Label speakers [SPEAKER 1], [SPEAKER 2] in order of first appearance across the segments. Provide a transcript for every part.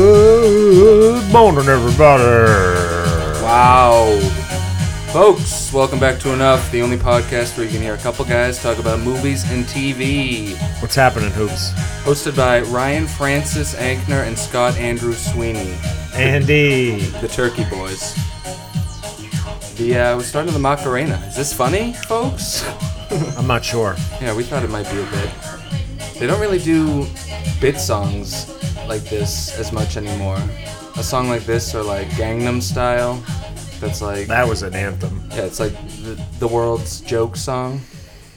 [SPEAKER 1] Good morning, everybody.
[SPEAKER 2] Wow. Folks, welcome back to Enough, the only podcast where you can hear a couple guys talk about movies and TV.
[SPEAKER 1] What's happening, hoops?
[SPEAKER 2] Hosted by Ryan Francis Ankner and Scott Andrew Sweeney,
[SPEAKER 1] Andy.
[SPEAKER 2] the Turkey Boys. The, uh, we're starting the Macarena. Is this funny, folks?
[SPEAKER 1] I'm not sure.
[SPEAKER 2] Yeah, we thought it might be a bit. They don't really do bit songs like this as much anymore. A song like this or like Gangnam Style, that's like
[SPEAKER 1] That was an anthem.
[SPEAKER 2] Yeah, it's like the, the world's joke song.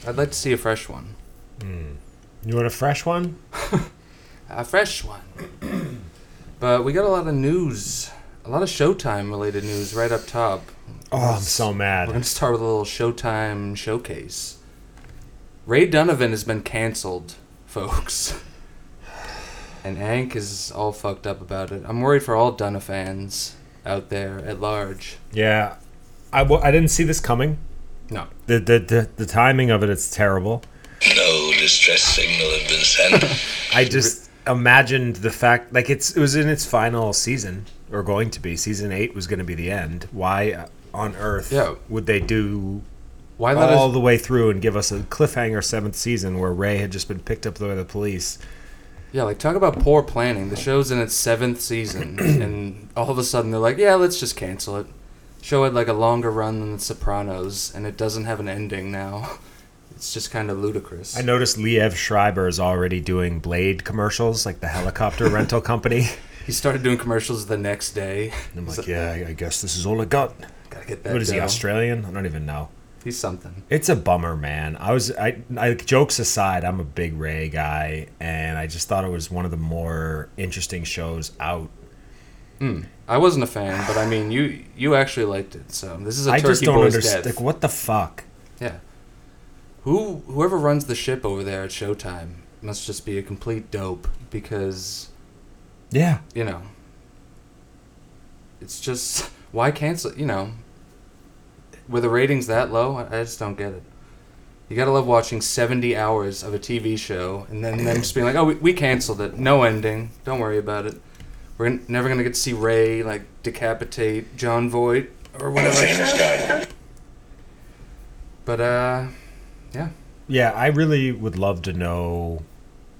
[SPEAKER 2] I'd like to see a fresh one.
[SPEAKER 1] You want a fresh one?
[SPEAKER 2] A fresh one. but we got a lot of news, a lot of Showtime related news right up top.
[SPEAKER 1] Oh, I'm so
[SPEAKER 2] We're
[SPEAKER 1] mad.
[SPEAKER 2] going to start with a little Showtime showcase. Ray Donovan has been canceled, folks. And Ank is all fucked up about it. I'm worried for all Dunna fans out there at large.
[SPEAKER 1] Yeah, I, w- I didn't see this coming.
[SPEAKER 2] No.
[SPEAKER 1] The, the the the timing of it, it's terrible.
[SPEAKER 3] No distress signal had been sent.
[SPEAKER 1] I just imagined the fact like it's it was in its final season or going to be season eight was going to be the end. Why on earth
[SPEAKER 2] Yeah.
[SPEAKER 1] would they do
[SPEAKER 2] Why let
[SPEAKER 1] all
[SPEAKER 2] us.
[SPEAKER 1] the way through and give us a cliffhanger seventh season where Ray had just been picked up by the police?
[SPEAKER 2] Yeah, like talk about poor planning. The show's in its seventh season, and all of a sudden they're like, "Yeah, let's just cancel it." Show had like a longer run than The Sopranos, and it doesn't have an ending now. It's just kind of ludicrous.
[SPEAKER 1] I noticed Liev Schreiber is already doing Blade commercials, like the helicopter rental company.
[SPEAKER 2] He started doing commercials the next day.
[SPEAKER 1] And I'm
[SPEAKER 2] He's
[SPEAKER 1] like, yeah, I- I guess this is all I got.
[SPEAKER 2] gotta get that. uh,
[SPEAKER 1] What is he
[SPEAKER 2] dough."
[SPEAKER 1] Australian? I don't even know.
[SPEAKER 2] He's something.
[SPEAKER 1] It's a bummer, man. I was, I, I, jokes aside, I'm a big Ray guy, and I just thought it was one of the more interesting shows out.
[SPEAKER 2] I wasn't a fan, but I mean, you you actually liked it, so this is a
[SPEAKER 1] I
[SPEAKER 2] Turkey
[SPEAKER 1] just don't
[SPEAKER 2] Boys
[SPEAKER 1] understand.
[SPEAKER 2] death.
[SPEAKER 1] Like, what the fuck?
[SPEAKER 2] Yeah. Who whoever runs the ship over there at Showtime must just be a complete dope because
[SPEAKER 1] Yeah,
[SPEAKER 2] you know, it's just why cancel? You know, with the ratings that low, I I just don't get it. You gotta love watching seventy hours of a TV show and then them just being like, "Oh, we, we canceled it. No ending. Don't worry about it. We're n- never gonna get to see Ray like decapitate John Voight or whatever." But uh, yeah,
[SPEAKER 1] yeah. I really would love to know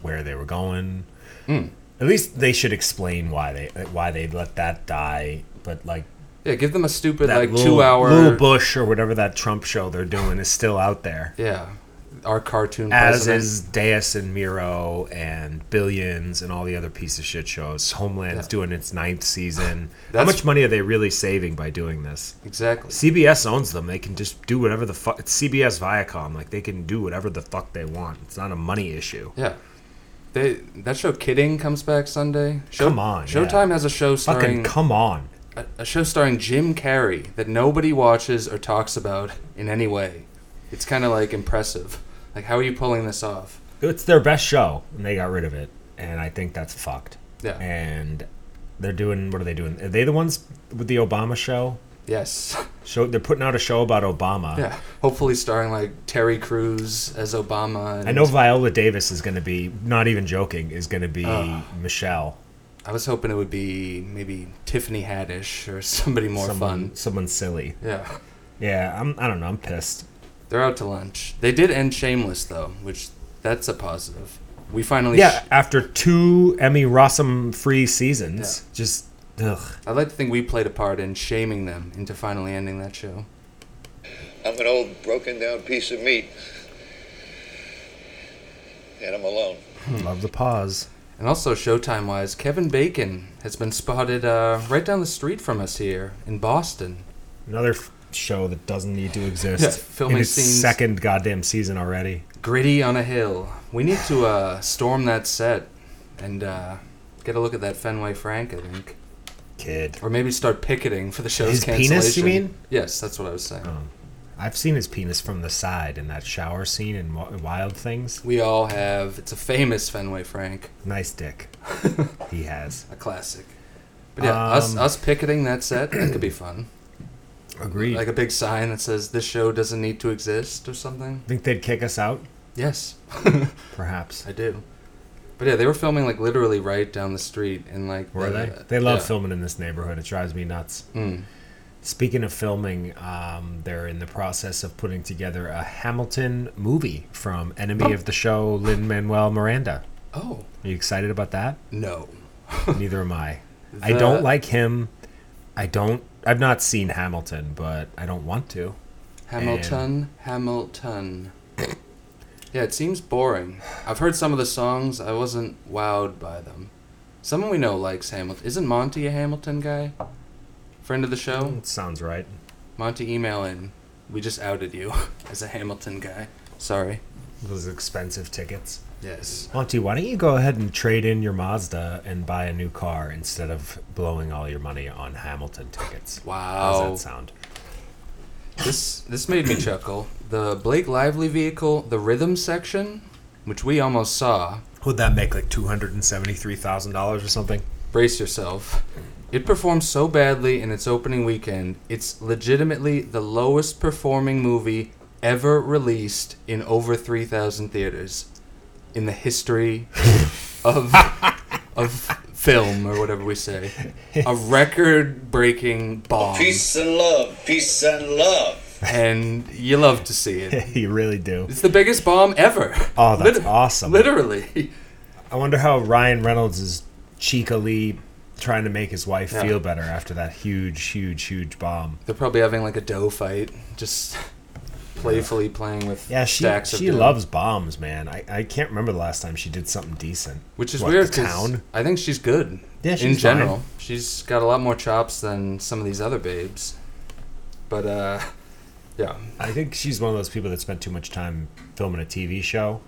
[SPEAKER 1] where they were going.
[SPEAKER 2] Mm.
[SPEAKER 1] At least they should explain why they why they let that die. But like.
[SPEAKER 2] yeah. Give them a stupid
[SPEAKER 1] that
[SPEAKER 2] like
[SPEAKER 1] little-
[SPEAKER 2] two hour.
[SPEAKER 1] little Bush or whatever that Trump show they're doing is still out there.
[SPEAKER 2] yeah, our cartoon
[SPEAKER 1] As
[SPEAKER 2] president.
[SPEAKER 1] is Deus and Miro and Billions and all the other piece of shit shows. Homeland's
[SPEAKER 2] Yeah.
[SPEAKER 1] doing its ninth season. How
[SPEAKER 2] That's-
[SPEAKER 1] much money are they really saving by doing this?
[SPEAKER 2] exactly.
[SPEAKER 1] CBS owns them. They can just do whatever the fuck. It's CBS Viacom. Like they can do whatever the fuck they want. It's not a money issue.
[SPEAKER 2] Yeah. They that show Kidding comes back Sunday. Show,
[SPEAKER 1] Come on, yeah.
[SPEAKER 2] Showtime has a show
[SPEAKER 1] Fucking
[SPEAKER 2] starring
[SPEAKER 1] come on.
[SPEAKER 2] a, a show starring Jim Carrey that nobody watches or talks about in any way. It's kind of like impressive. Like how are you pulling this off?
[SPEAKER 1] it's their best show and they got rid of it and i think that's fucked
[SPEAKER 2] Yeah.
[SPEAKER 1] and they're doing what are they doing are they the ones with the obama show
[SPEAKER 2] Yes.
[SPEAKER 1] show they're putting out a show about obama
[SPEAKER 2] Yeah. Hopefully starring like Terry Crews as Obama and
[SPEAKER 1] i know viola davis is going to be not even joking is going to be michelle
[SPEAKER 2] I was hoping it would be maybe Tiffany Haddish or somebody more
[SPEAKER 1] someone,
[SPEAKER 2] fun.
[SPEAKER 1] someone silly
[SPEAKER 2] Yeah.
[SPEAKER 1] yeah i'm i don't know i'm pissed
[SPEAKER 2] They're out to lunch. They did end Shameless though, which that's a positive. We finally
[SPEAKER 1] yeah after two emmy rossum free seasons just ugh.
[SPEAKER 2] I'd like to think we played a part in shaming them into finally ending that show.
[SPEAKER 3] I'm an old broken down piece of meat. And I'm alone.
[SPEAKER 1] love the pause
[SPEAKER 2] And also, Showtime wise, Kevin Bacon has been spotted uh, right down the street from us here in Boston.
[SPEAKER 1] another f- show that doesn't need to
[SPEAKER 2] Yeah,
[SPEAKER 1] exist
[SPEAKER 2] filming
[SPEAKER 1] in its
[SPEAKER 2] scenes.
[SPEAKER 1] second goddamn season already
[SPEAKER 2] Gritty on a hill. We need to uh, storm that set and uh, get a look at that Fenway Frank, I think.
[SPEAKER 1] kid
[SPEAKER 2] Or maybe start picketing for the show's
[SPEAKER 1] His penis, you
[SPEAKER 2] cancellation.
[SPEAKER 1] mean?
[SPEAKER 2] Yes, that's what I was saying.
[SPEAKER 1] I've seen his penis from the side in that shower scene in Wi- Wild Things.
[SPEAKER 2] We all have. It's a famous Fenway Frank,
[SPEAKER 1] Nice dick. he has.
[SPEAKER 2] a classic. But yeah, us,
[SPEAKER 1] Um,
[SPEAKER 2] us picketing that set, that could be fun.
[SPEAKER 1] Agreed.
[SPEAKER 2] Like a big sign that says, this show doesn't need to exist or something.
[SPEAKER 1] Think they'd kick us out?
[SPEAKER 2] Yes,
[SPEAKER 1] Perhaps.
[SPEAKER 2] I do. But But yeah, they were filming like literally right down the street, and like
[SPEAKER 1] Were
[SPEAKER 2] the-
[SPEAKER 1] they? They love
[SPEAKER 2] yeah. Mm.
[SPEAKER 1] filming in this neighborhood. It drives me nuts. Speaking of filming, um, they're in the process of putting together a Hamilton movie from enemy of the show Lin Manuel Miranda.
[SPEAKER 2] Oh
[SPEAKER 1] Are you excited about that?
[SPEAKER 2] no,
[SPEAKER 1] Neither am I. I don't
[SPEAKER 2] The-
[SPEAKER 1] like him. I don't. I've not seen Hamilton, but I don't want to.
[SPEAKER 2] Hamilton, Hamilton. yeah, it seems boring. I've heard some of the songs. I wasn't wowed by them. Someone we know likes Hamilton. Isn't Monty a Hamilton guy? Friend of the show.
[SPEAKER 1] It sounds right.
[SPEAKER 2] Monty, email in. We just outed you as a Hamilton guy. Sorry.
[SPEAKER 1] Those expensive tickets.
[SPEAKER 2] Yes.
[SPEAKER 1] Monty, why don't you go ahead and trade in your Mazda and buy a new car instead of blowing all your money on Hamilton tickets? How's
[SPEAKER 2] Wow.
[SPEAKER 1] that sound?
[SPEAKER 2] This this made me chuckle. The Blake Lively vehicle, the rhythm section, which we almost saw.
[SPEAKER 1] Would that make like two hundred and seventy-three thousand dollars or something?
[SPEAKER 2] Brace yourself. It performed so badly in its opening weekend, it's legitimately the lowest performing movie ever released in over 3,000 theaters in the history of, of film, or whatever we say. A record breaking bomb.
[SPEAKER 3] Peace and love, peace and love.
[SPEAKER 2] And you love to see it.
[SPEAKER 1] you really do.
[SPEAKER 2] It's the biggest bomb ever.
[SPEAKER 1] Oh, that's
[SPEAKER 2] Liter-
[SPEAKER 1] awesome.
[SPEAKER 2] Literally.
[SPEAKER 1] I wonder how Ryan Reynolds is cheekily trying to make his wife
[SPEAKER 2] Yeah.
[SPEAKER 1] feel better after that huge, huge, huge bomb.
[SPEAKER 2] They're probably having like a dough fight, just playfully playing with
[SPEAKER 1] Yeah, she
[SPEAKER 2] stacks of
[SPEAKER 1] she
[SPEAKER 2] dough.
[SPEAKER 1] loves bombs, man. I, I can't remember the last time she did something decent.
[SPEAKER 2] Which is
[SPEAKER 1] What,
[SPEAKER 2] weird.
[SPEAKER 1] the
[SPEAKER 2] 'cause
[SPEAKER 1] town?
[SPEAKER 2] I think she's good.
[SPEAKER 1] Yeah,
[SPEAKER 2] in
[SPEAKER 1] she's
[SPEAKER 2] general,
[SPEAKER 1] fine.
[SPEAKER 2] she's got a lot more chops than some of these other babes. But uh, yeah.
[SPEAKER 1] I think she's one of those people that spent too much time filming a TV show.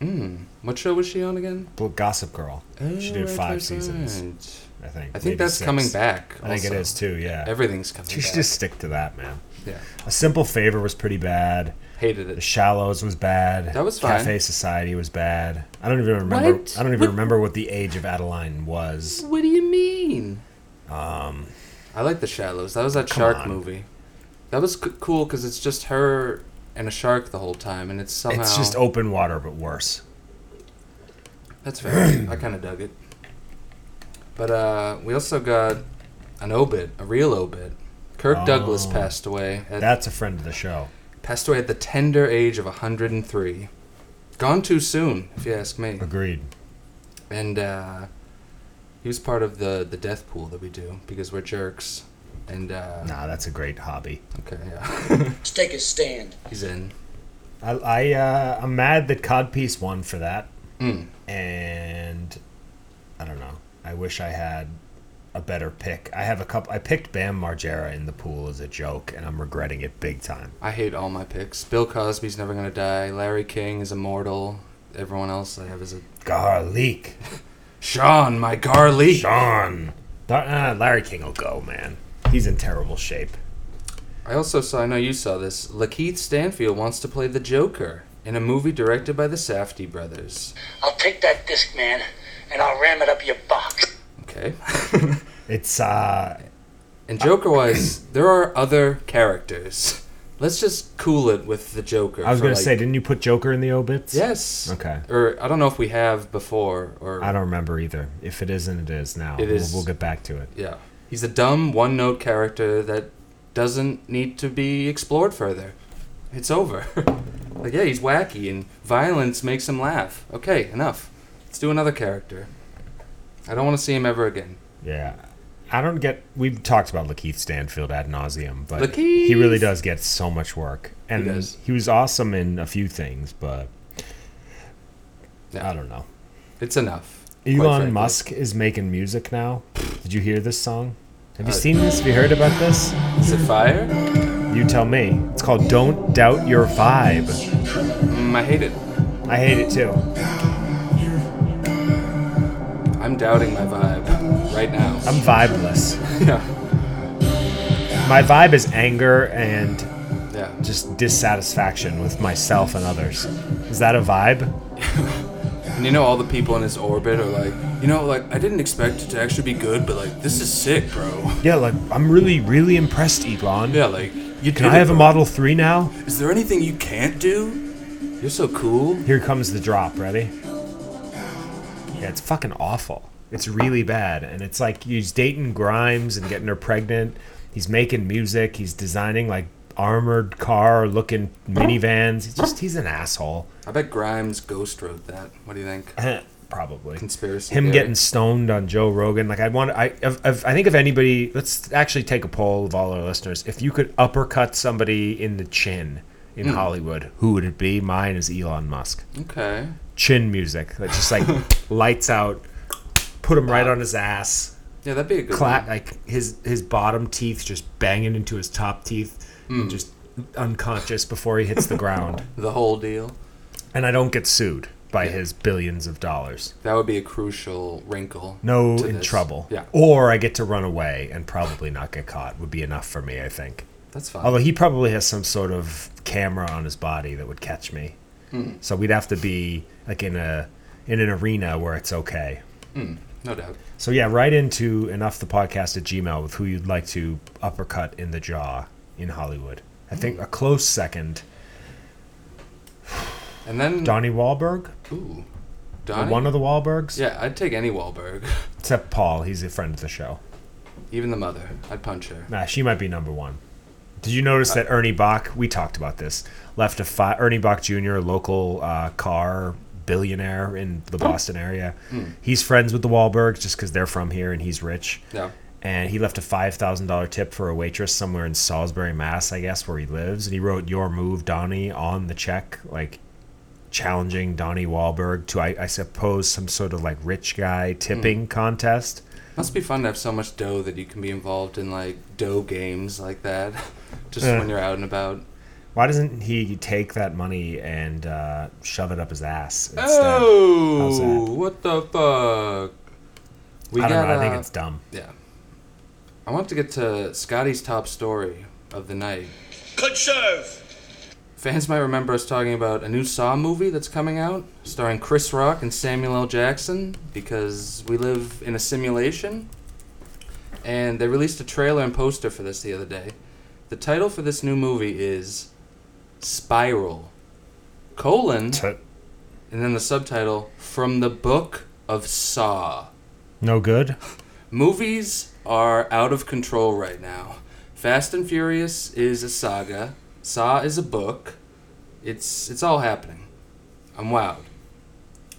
[SPEAKER 2] Mm. What show was she on again?
[SPEAKER 1] Well, Gossip Girl. she
[SPEAKER 2] Oh,
[SPEAKER 1] did
[SPEAKER 2] right,
[SPEAKER 1] five
[SPEAKER 2] right,
[SPEAKER 1] seasons,
[SPEAKER 2] right.
[SPEAKER 1] I think.
[SPEAKER 2] I
[SPEAKER 1] maybe
[SPEAKER 2] think that's
[SPEAKER 1] six.
[SPEAKER 2] coming back.
[SPEAKER 1] I think it
[SPEAKER 2] also.
[SPEAKER 1] is too. Yeah,
[SPEAKER 2] Everything's coming
[SPEAKER 1] she
[SPEAKER 2] back.
[SPEAKER 1] should just stick to that, man.
[SPEAKER 2] yeah,
[SPEAKER 1] A Simple Favor was pretty bad.
[SPEAKER 2] hated
[SPEAKER 1] The
[SPEAKER 2] it.
[SPEAKER 1] Shallows was bad.
[SPEAKER 2] That was
[SPEAKER 1] Cafe
[SPEAKER 2] fine.
[SPEAKER 1] Society was bad. I don't even remember.
[SPEAKER 2] What?
[SPEAKER 1] I don't even
[SPEAKER 2] What-
[SPEAKER 1] remember what the age of Adeline was.
[SPEAKER 2] What do you mean? Um, I like the Shallows. That was that shark
[SPEAKER 1] on.
[SPEAKER 2] movie. That was c- cool because it's just her and a shark the whole time, and it's somehow
[SPEAKER 1] It's just open water, but worse.
[SPEAKER 2] That's fair. I kind of dug it. But uh, we also got an obit, a real obit. Kirk Douglas
[SPEAKER 1] Oh.
[SPEAKER 2] passed away. At,
[SPEAKER 1] That's a friend of the show.
[SPEAKER 2] passed away at the tender age of 103. Gone too soon, if you ask me.
[SPEAKER 1] Agreed.
[SPEAKER 2] And uh, he was part of the the death pool that we do because we're jerks. And uh,
[SPEAKER 1] Nah, that's a great hobby.
[SPEAKER 2] okay, yeah,
[SPEAKER 4] Let's take a stand.
[SPEAKER 2] he's in.
[SPEAKER 1] I, I uh, I'm mad that Codpiece won for that,
[SPEAKER 2] Mm.
[SPEAKER 1] and I don't know. I wish I had a better pick. I have a couple. I picked Bam Margera in the pool as a joke, and I'm regretting it big time.
[SPEAKER 2] I hate all my picks. Bill Cosby's never gonna die. Larry King is immortal. Everyone else I have is a
[SPEAKER 1] Garlic,
[SPEAKER 2] Sean, my garlic.
[SPEAKER 1] Sean, Dar- uh, Larry King will go, man. He's in terrible shape.
[SPEAKER 2] I also saw, I know you saw this, Lakeith Stanfield wants to play the Joker in a movie directed by the Safdie brothers.
[SPEAKER 4] I'll take that disc, man, and I'll ram it up your box.
[SPEAKER 2] Okay.
[SPEAKER 1] It's uh,
[SPEAKER 2] and Joker wise, there are other characters. Let's just cool it with the Joker.
[SPEAKER 1] I was
[SPEAKER 2] for,
[SPEAKER 1] gonna
[SPEAKER 2] like-
[SPEAKER 1] say, didn't you put Joker in the obits?
[SPEAKER 2] Yes.
[SPEAKER 1] Okay.
[SPEAKER 2] Or I don't know if we have before or
[SPEAKER 1] I don't remember either. If it isn't, it is now.
[SPEAKER 2] It
[SPEAKER 1] We'll-
[SPEAKER 2] is.
[SPEAKER 1] We'll, get back to it.
[SPEAKER 2] yeah. He's a dumb one-note character that doesn't need to be explored further. It's over. like yeah, he's wacky and violence makes him laugh. Okay, enough. Let's do another character. I don't want to see him ever again.
[SPEAKER 1] Yeah. I don't get. We've talked about Lakeith Stanfield ad nauseum, but
[SPEAKER 2] Lakeith!
[SPEAKER 1] he really does get so much work, and he,
[SPEAKER 2] does.
[SPEAKER 1] was awesome in a few things, but
[SPEAKER 2] Yeah.
[SPEAKER 1] I don't know.
[SPEAKER 2] It's enough. quite frankly.
[SPEAKER 1] Elon Musk is making music now. Did you hear this song? Have you
[SPEAKER 2] Uh,
[SPEAKER 1] seen this? Have you heard about this?
[SPEAKER 2] Is it fire?
[SPEAKER 1] You tell me. It's called "Don't Doubt Your Vibe."
[SPEAKER 2] Mm, I hate it.
[SPEAKER 1] I hate it too.
[SPEAKER 2] I'm doubting my vibe right now.
[SPEAKER 1] I'm vibeless.
[SPEAKER 2] yeah.
[SPEAKER 1] My vibe is anger and
[SPEAKER 2] Yeah.
[SPEAKER 1] just dissatisfaction with myself and others. Is that a vibe?
[SPEAKER 2] And you know, all the people in his orbit are like, you know, like, I didn't expect it to actually be good, but like, this is sick, bro.
[SPEAKER 1] Yeah, like I'm really, really impressed, Elon.
[SPEAKER 2] Yeah, like, you
[SPEAKER 1] Can I have a Model 3 now?
[SPEAKER 2] Is there anything you can't do? You're so cool.
[SPEAKER 1] Here comes the drop. Ready? Yeah, it's fucking awful. It's really bad. And it's like he's dating Grimes and getting her pregnant. He's making music. He's designing like armored car looking minivans. He's just, he's an asshole.
[SPEAKER 2] I bet Grimes ghost wrote that. What do you think?
[SPEAKER 1] Probably.
[SPEAKER 2] Conspiracy.
[SPEAKER 1] Him
[SPEAKER 2] theory.
[SPEAKER 1] getting stoned on Joe Rogan. Like, I'd want, I, if, if, I think if anybody, let's actually take a poll of all our listeners. If you could uppercut somebody in the chin in Hollywood, who would it be? Mine is Elon Musk.
[SPEAKER 2] Okay.
[SPEAKER 1] Chin music that just like lights out, put him right on his ass.
[SPEAKER 2] Yeah, that'd be a good
[SPEAKER 1] clap
[SPEAKER 2] one.
[SPEAKER 1] like his his bottom teeth just banging into his top teeth and just unconscious before he hits the ground
[SPEAKER 2] The whole deal.
[SPEAKER 1] and i don't get sued by his billions of dollars
[SPEAKER 2] That would be a crucial wrinkle.
[SPEAKER 1] no
[SPEAKER 2] to
[SPEAKER 1] in
[SPEAKER 2] this.
[SPEAKER 1] trouble
[SPEAKER 2] Yeah,
[SPEAKER 1] or i get to run away and probably not get caught would be enough for me i think
[SPEAKER 2] that's fine.
[SPEAKER 1] although he probably has some sort of camera on his body that would catch me
[SPEAKER 2] Hmm.
[SPEAKER 1] so we'd have to be like in a in an arena where it's okay
[SPEAKER 2] no doubt.
[SPEAKER 1] so yeah write into enoughthepodcast at gmail with who you'd like to uppercut in the jaw in hollywood i
[SPEAKER 2] Hmm.
[SPEAKER 1] think a close second
[SPEAKER 2] And then
[SPEAKER 1] Donnie Wahlberg,
[SPEAKER 2] Ooh, Hmm. Donnie.
[SPEAKER 1] one of the Wahlbergs,
[SPEAKER 2] yeah, I'd take any Wahlberg,
[SPEAKER 1] except Paul. He's a friend of the show.
[SPEAKER 2] even the mother. I'd punch her.
[SPEAKER 1] Nah, she might be number one. Did you notice that Ernie Bach? We talked about this. Left a fi- Ernie Bach Jr., a local uh, car billionaire in the Boston area. He's friends with the Wahlbergs just because they're from here and he's rich.
[SPEAKER 2] Yeah.
[SPEAKER 1] And he left a five thousand dollar tip for a waitress somewhere in Salisbury, Mass, I guess, where he lives. And he wrote "Your move, Donnie" on the check, like challenging Donnie Wahlberg to, I, I suppose, some sort of like rich guy tipping contest.
[SPEAKER 2] Must be fun to have so much dough that you can be involved in like dough games like that, just
[SPEAKER 1] Yeah.
[SPEAKER 2] when you're out and about.
[SPEAKER 1] Why doesn't he take that money and uh, shove it up his ass instead? How's
[SPEAKER 2] Oh,
[SPEAKER 1] that?
[SPEAKER 2] what the fuck? We
[SPEAKER 1] I don't know. I
[SPEAKER 2] got,
[SPEAKER 1] think
[SPEAKER 2] uh,
[SPEAKER 1] it's dumb.
[SPEAKER 2] yeah. I want to get to Scotty's top story of the night.
[SPEAKER 5] Could serve.
[SPEAKER 2] Fans might remember us talking about a new Saw movie that's coming out, starring Chris Rock and Samuel L. Jackson, because we live in a simulation. And they released a trailer and poster for this the other day. The title for this new movie is Spiral, colon,
[SPEAKER 1] T-
[SPEAKER 2] and then the subtitle, From the Book of Saw.
[SPEAKER 1] no good.
[SPEAKER 2] Movies are out of control right now. Fast and Furious is a saga. Saw is a book. It's it's all happening. I'm wowed.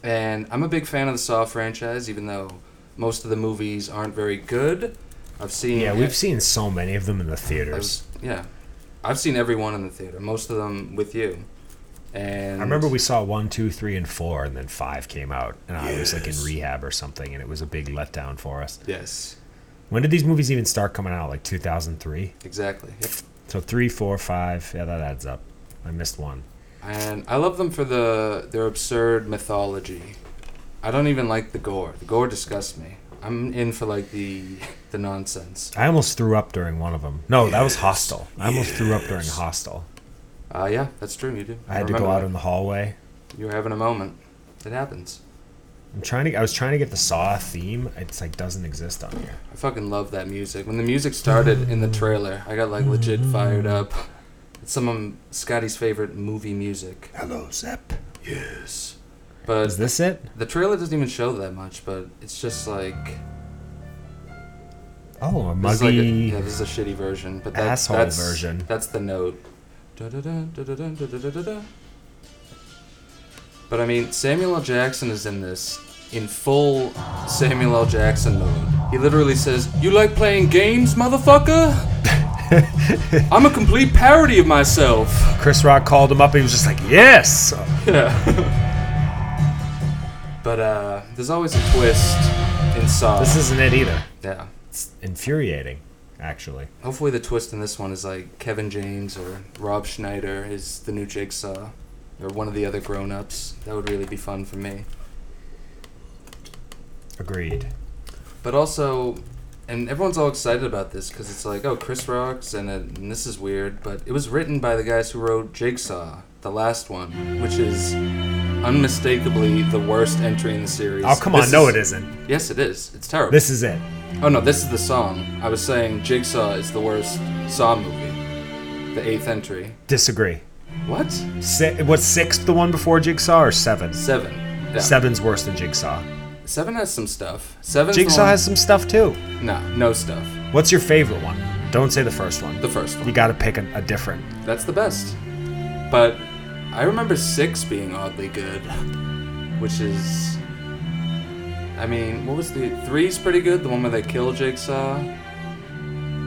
[SPEAKER 2] And I'm a big fan of the Saw franchise, even though most of the movies aren't very good. I've seen
[SPEAKER 1] Yeah, we've seen so many of them in the theaters.
[SPEAKER 2] I've, yeah, I've seen every one in the theater. Most of them with you. And
[SPEAKER 1] I remember we saw one, two, three, and four, and then five came out, and I was like in rehab or something, and it was a big letdown for us.
[SPEAKER 2] yes,
[SPEAKER 1] When did these movies even start coming out? Like 2003.
[SPEAKER 2] exactly. Yep.
[SPEAKER 1] So three, four, five. Yeah, that adds up. I missed one.
[SPEAKER 2] and I love them for the their absurd mythology. I don't even like the gore. The gore disgusts me. I'm in for like the the nonsense.
[SPEAKER 1] I almost threw up during one of them. No, that was Hostel. I almost threw up during Hostel.
[SPEAKER 2] Uh, yeah, that's true. You do.
[SPEAKER 1] I had to go
[SPEAKER 2] remember
[SPEAKER 1] out
[SPEAKER 2] that.
[SPEAKER 1] in the hallway.
[SPEAKER 2] You were having a moment. It happens.
[SPEAKER 1] I'm trying to. I was trying to get the Saw theme. It's like doesn't exist on here.
[SPEAKER 2] I fucking love that music. When the music started in the trailer, I got like legit
[SPEAKER 1] Mm-hmm.
[SPEAKER 2] fired up. It's some of Scotty's favorite movie music.
[SPEAKER 1] Hello, Zep.
[SPEAKER 2] Yes. But
[SPEAKER 1] Is this it?
[SPEAKER 2] the trailer doesn't even show that much, but it's just like
[SPEAKER 1] Oh, a
[SPEAKER 2] This is like a-
[SPEAKER 1] muggy.
[SPEAKER 2] yeah, this is a shitty version, but that,
[SPEAKER 1] asshole
[SPEAKER 2] that's,
[SPEAKER 1] version.
[SPEAKER 2] That's the note. Da-da-da, da-da-da, da-da-da-da. But I mean, Samuel L. Jackson is in this in full Samuel L. Jackson mode. He literally says, "You like playing games, motherfucker? I'm a complete parody of myself."
[SPEAKER 1] Chris Rock called him up. He was just like, "Yes."
[SPEAKER 2] But uh, there's always a twist in Saw.
[SPEAKER 1] This isn't it either.
[SPEAKER 2] yeah.
[SPEAKER 1] It's infuriating, actually.
[SPEAKER 2] Hopefully, the twist in this one is like Kevin James or Rob Schneider is the new Jigsaw, or one of the other grown ups. That would really be fun for me.
[SPEAKER 1] Agreed.
[SPEAKER 2] But also, and everyone's all excited about this because it's like, oh, Chris Rock's, and, it, and this is weird, but it was written by the guys who wrote Jigsaw, the last one, which is unmistakably the worst entry in the series.
[SPEAKER 1] Oh come
[SPEAKER 2] This
[SPEAKER 1] on! No,
[SPEAKER 2] is-
[SPEAKER 1] it isn't.
[SPEAKER 2] Yes, it is. It's terrible.
[SPEAKER 1] This is it.
[SPEAKER 2] Oh no, this is the song. I was saying Jigsaw is the worst Saw movie, the eighth entry.
[SPEAKER 1] Disagree.
[SPEAKER 2] What?
[SPEAKER 1] Si- was sixth the one before Jigsaw or seven?
[SPEAKER 2] Seven. Yeah.
[SPEAKER 1] Seven's worse than Jigsaw.
[SPEAKER 2] Seven has some stuff. Seven.
[SPEAKER 1] Jigsaw has some stuff too.
[SPEAKER 2] No, no stuff.
[SPEAKER 1] What's your favorite one? Don't say the first one.
[SPEAKER 2] The first one.
[SPEAKER 1] You got to pick a, a different.
[SPEAKER 2] That's the best. But I remember six being oddly good, which is. I mean, what was the three's pretty good? The one where they kill Jigsaw.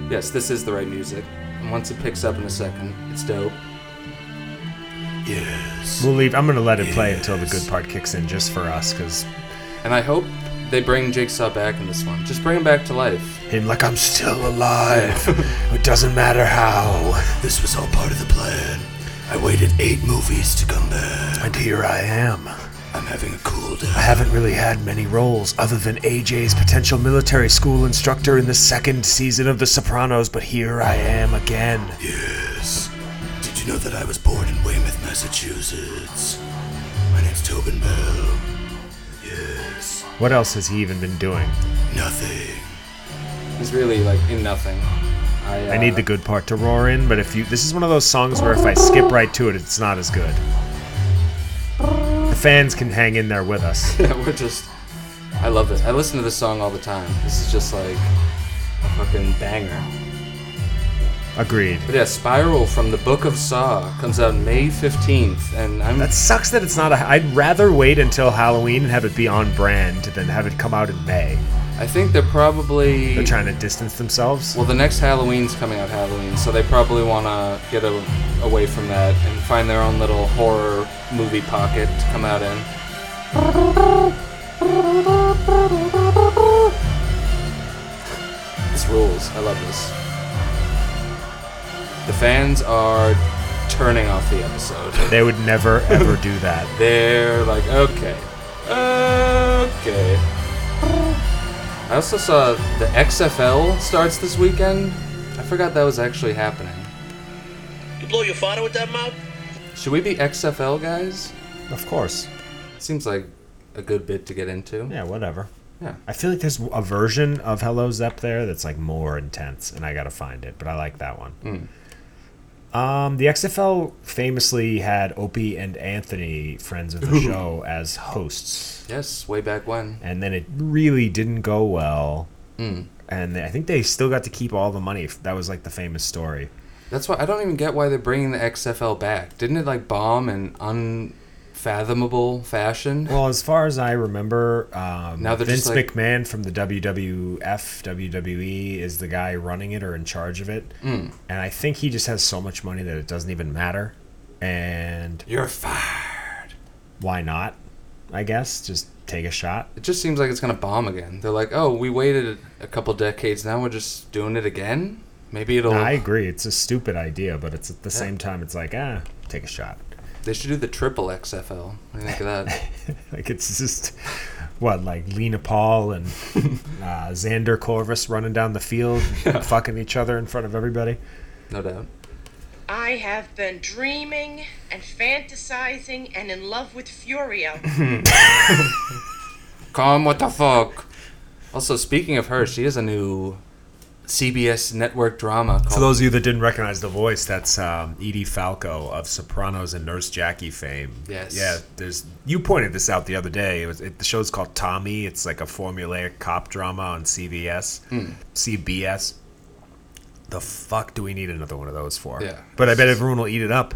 [SPEAKER 2] Yes, this is the right music. And once it picks up in a second, it's dope.
[SPEAKER 1] We'll leave. I'm gonna let it play until the good part kicks in, just for us, because
[SPEAKER 2] And I hope they bring Jigsaw back in this one. Just bring him back to life.
[SPEAKER 1] him like I'm still alive. it doesn't matter how.
[SPEAKER 5] This was all part of the plan. I waited eight movies to come back.
[SPEAKER 1] And here I am.
[SPEAKER 5] I'm having a cool
[SPEAKER 1] I
[SPEAKER 5] day.
[SPEAKER 1] haven't really had many roles other than AJ's potential military school instructor in the second season of The Sopranos, but here I am again.
[SPEAKER 5] Yes. Did you know that I was born in Weymouth, Massachusetts? My name's Tobin Bell. Yes.
[SPEAKER 1] What else has he even been doing?
[SPEAKER 5] Nothing.
[SPEAKER 2] He's really like in nothing. I, uh,
[SPEAKER 1] I need the good part to roar in, but if you this is one of those songs where if I skip right to it, it's not as good. The fans can hang in there with us.
[SPEAKER 2] Yeah, uh, we're just. I love this. I listen to this song all the time. This is just like a fucking banger.
[SPEAKER 1] Agreed.
[SPEAKER 2] But yeah, Spiral from the Book of Saw comes out May 15th, and I'm.
[SPEAKER 1] That sucks that it's not a. I'd rather wait until Halloween and have it be on brand than have it come out in May.
[SPEAKER 2] I think they're probably.
[SPEAKER 1] They're trying to distance themselves.
[SPEAKER 2] Well, the next Halloween's coming out Halloween, so they probably want to get a, away from that and find their own little horror movie pocket to come out in. This rules. I love this. The fans are turning off the episode.
[SPEAKER 1] They would never ever do that.
[SPEAKER 2] They're like, okay, okay. I also saw the XFL starts this weekend. I forgot that was actually happening.
[SPEAKER 6] You blow your father with that mouth?
[SPEAKER 2] Should we be XFL guys?
[SPEAKER 1] Of course.
[SPEAKER 2] Seems like a good bit to get into.
[SPEAKER 1] Yeah, whatever.
[SPEAKER 2] Yeah.
[SPEAKER 1] I feel like there's a version of Hello Zep there that's like more intense, and I gotta find it, but I like that one. Um, the XFL famously had Opie and Anthony, friends of the show, as hosts,
[SPEAKER 2] Yes, way back when.
[SPEAKER 1] and then it really didn't go well. And I think they still got to keep all the money. That was like the famous story.
[SPEAKER 2] That's why I don't even get why they're bringing the XFL back. Didn't it like bomb in unfathomable fashion?
[SPEAKER 1] Well, as far as I remember, um,
[SPEAKER 2] Now they're
[SPEAKER 1] Vince
[SPEAKER 2] just like-
[SPEAKER 1] McMahon from the WWF, WWE E is the guy running it or in charge of it.
[SPEAKER 2] Hmm.
[SPEAKER 1] And I think he just has so much money that it doesn't even matter. And
[SPEAKER 2] You're fired.
[SPEAKER 1] why not? I guess just take a shot.
[SPEAKER 2] It just seems like it's gonna bomb again. They're like, oh, we waited a couple decades. Now we're just doing it again. Maybe it'll.
[SPEAKER 1] I agree. It's a stupid idea, but it's at the same time, it's like, ah, take a shot.
[SPEAKER 2] They should do the triple XFL. What do you think of that?
[SPEAKER 1] Like it's just what like Lena Paul and uh, Xander Corvus running down the field, fucking each other in front of everybody.
[SPEAKER 2] No doubt.
[SPEAKER 7] I have been dreaming and fantasizing and in love with Furio.
[SPEAKER 2] Come, what the fuck? Also, speaking of her, she has a new CBS network drama called.
[SPEAKER 1] For those of you that didn't recognize the voice, that's um, Edie Falco of Sopranos and Nurse Jackie fame.
[SPEAKER 2] Yes.
[SPEAKER 1] Yeah. There's. You pointed this out the other day. It was. It, the show's called Tommy. It's like a formulaic cop drama on CBS.
[SPEAKER 2] Hmm.
[SPEAKER 1] CBS. The fuck do we need another one of those for?
[SPEAKER 2] Yeah.
[SPEAKER 1] But I bet everyone will eat it up.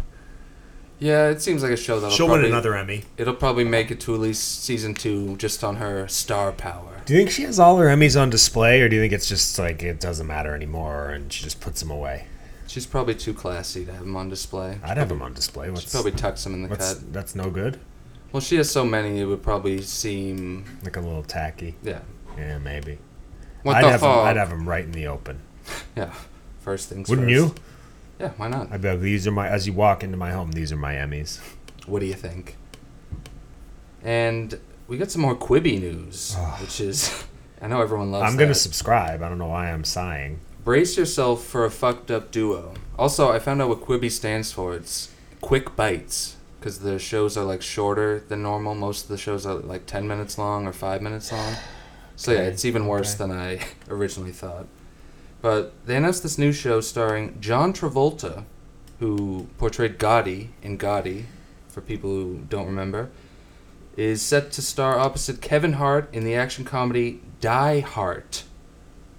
[SPEAKER 2] yeah, it seems like a show that'll
[SPEAKER 1] She'll
[SPEAKER 2] probably
[SPEAKER 1] win another Emmy.
[SPEAKER 2] It'll probably make it to at least season two, just on her star power.
[SPEAKER 1] Do you think she has all her Emmys on display, or do you think it's just like it doesn't matter anymore and she just puts them away?
[SPEAKER 2] She's probably too classy to have them on display.
[SPEAKER 1] I'd have them on display. What's,
[SPEAKER 2] Probably tucks them in the
[SPEAKER 1] what's
[SPEAKER 2] cut.
[SPEAKER 1] that's no good.
[SPEAKER 2] Well, she has so many, it would probably seem.
[SPEAKER 1] Like a little tacky.
[SPEAKER 2] Yeah.
[SPEAKER 1] Yeah, maybe.
[SPEAKER 2] What
[SPEAKER 1] I'd
[SPEAKER 2] the
[SPEAKER 1] have
[SPEAKER 2] fuck?
[SPEAKER 1] Him, I'd have him right in the open.
[SPEAKER 2] Yeah. First things
[SPEAKER 1] Wouldn't
[SPEAKER 2] first.
[SPEAKER 1] you?
[SPEAKER 2] Yeah, why not?
[SPEAKER 1] I'd be like, these are my. As you walk into my home, these are my Emmys.
[SPEAKER 2] What do you think? And we got some more Quibi news, which is I know everyone loves.
[SPEAKER 1] I'm gonna
[SPEAKER 2] that.
[SPEAKER 1] subscribe. I don't know why I'm sighing.
[SPEAKER 2] brace yourself for a fucked up duo. Also, I found out what Quibi stands for. It's quick bites because the shows are like shorter than normal. Most of the shows are like ten minutes long or five minutes long. So yeah, it's even worse than I originally thought. But they announced this new show starring John Travolta, who portrayed Gotti in Gotti, for people who don't remember. is set to star opposite Kevin Hart in the action comedy Die Hard.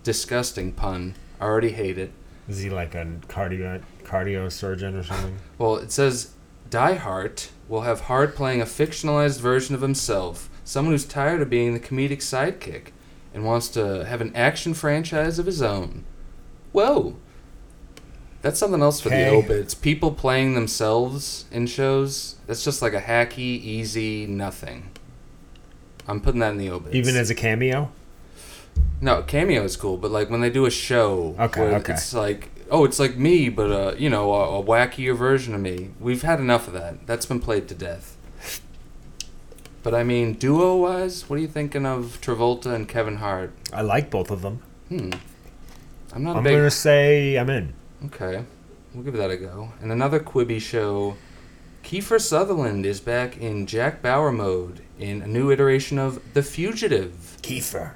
[SPEAKER 2] Disgusting pun. I already hate it.
[SPEAKER 1] Is he like a cardio cardio surgeon or something?
[SPEAKER 2] Well, it says Die Hard will have Hart playing a fictionalized version of himself, someone who's tired of being the comedic sidekick and wants to have an action franchise of his own. Whoa. That's something else for
[SPEAKER 1] Okay.
[SPEAKER 2] the obits. People playing themselves in shows. That's just like a hacky, easy nothing. I'm putting that in the obits.
[SPEAKER 1] Even as a cameo?
[SPEAKER 2] No, cameo is cool, but like when they do a show,
[SPEAKER 1] Okay,
[SPEAKER 2] where
[SPEAKER 1] okay.
[SPEAKER 2] it's like, oh, it's like me, but uh, you know, a, a wackier version of me. We've had enough of that. That's been played to death. But I mean, duo wise, what are you thinking of Travolta and Kevin Hart?
[SPEAKER 1] I like both of them.
[SPEAKER 2] I'm not a
[SPEAKER 1] I'm
[SPEAKER 2] big.
[SPEAKER 1] gonna say I'm in.
[SPEAKER 2] Okay, we'll give that a go. And another Quibi show. Kiefer Sutherland is back in Jack Bauer mode in a new iteration of The Fugitive.
[SPEAKER 1] Kiefer.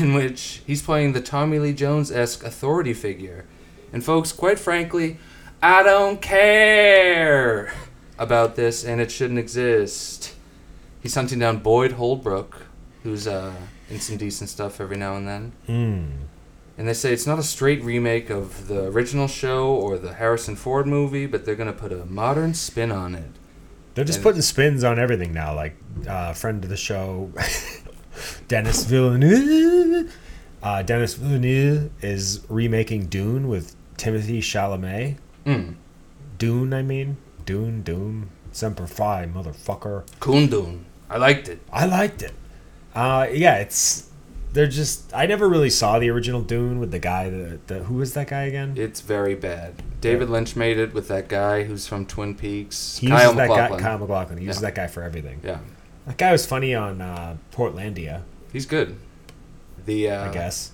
[SPEAKER 2] in which he's playing the Tommy Lee Jones esque authority figure. And folks, quite frankly, I don't care about this and it shouldn't exist. He's hunting down Boyd Holbrook, who's uh, in some decent stuff every now and then. And they say it's not a straight remake of the original show or the Harrison Ford movie, but they're going to put a modern spin on it.
[SPEAKER 1] They're just
[SPEAKER 2] And-
[SPEAKER 1] putting spins on everything now. Like uh, friend of the show, Dennis Villeneuve. Uh, Dennis Villeneuve is remaking Dune with Timothy Chalamet.
[SPEAKER 2] Hmm.
[SPEAKER 1] Dune, I mean, Dune, Dune, Semper Fi, motherfucker.
[SPEAKER 2] Kundun. I liked it.
[SPEAKER 1] I liked it. Uh, yeah, it's they're just. I never really saw the original Dune with the guy that, that who was that guy again?
[SPEAKER 2] It's very bad. David Lynch made it with that guy who's from Twin Peaks.
[SPEAKER 1] He
[SPEAKER 2] Kyle
[SPEAKER 1] uses that guy,
[SPEAKER 2] MacLachlan.
[SPEAKER 1] Kyle McLaughlin. He uses
[SPEAKER 2] Yeah.
[SPEAKER 1] that guy for everything.
[SPEAKER 2] Yeah,
[SPEAKER 1] That guy was funny on uh, Portlandia,
[SPEAKER 2] he's good. The uh,
[SPEAKER 1] I guess.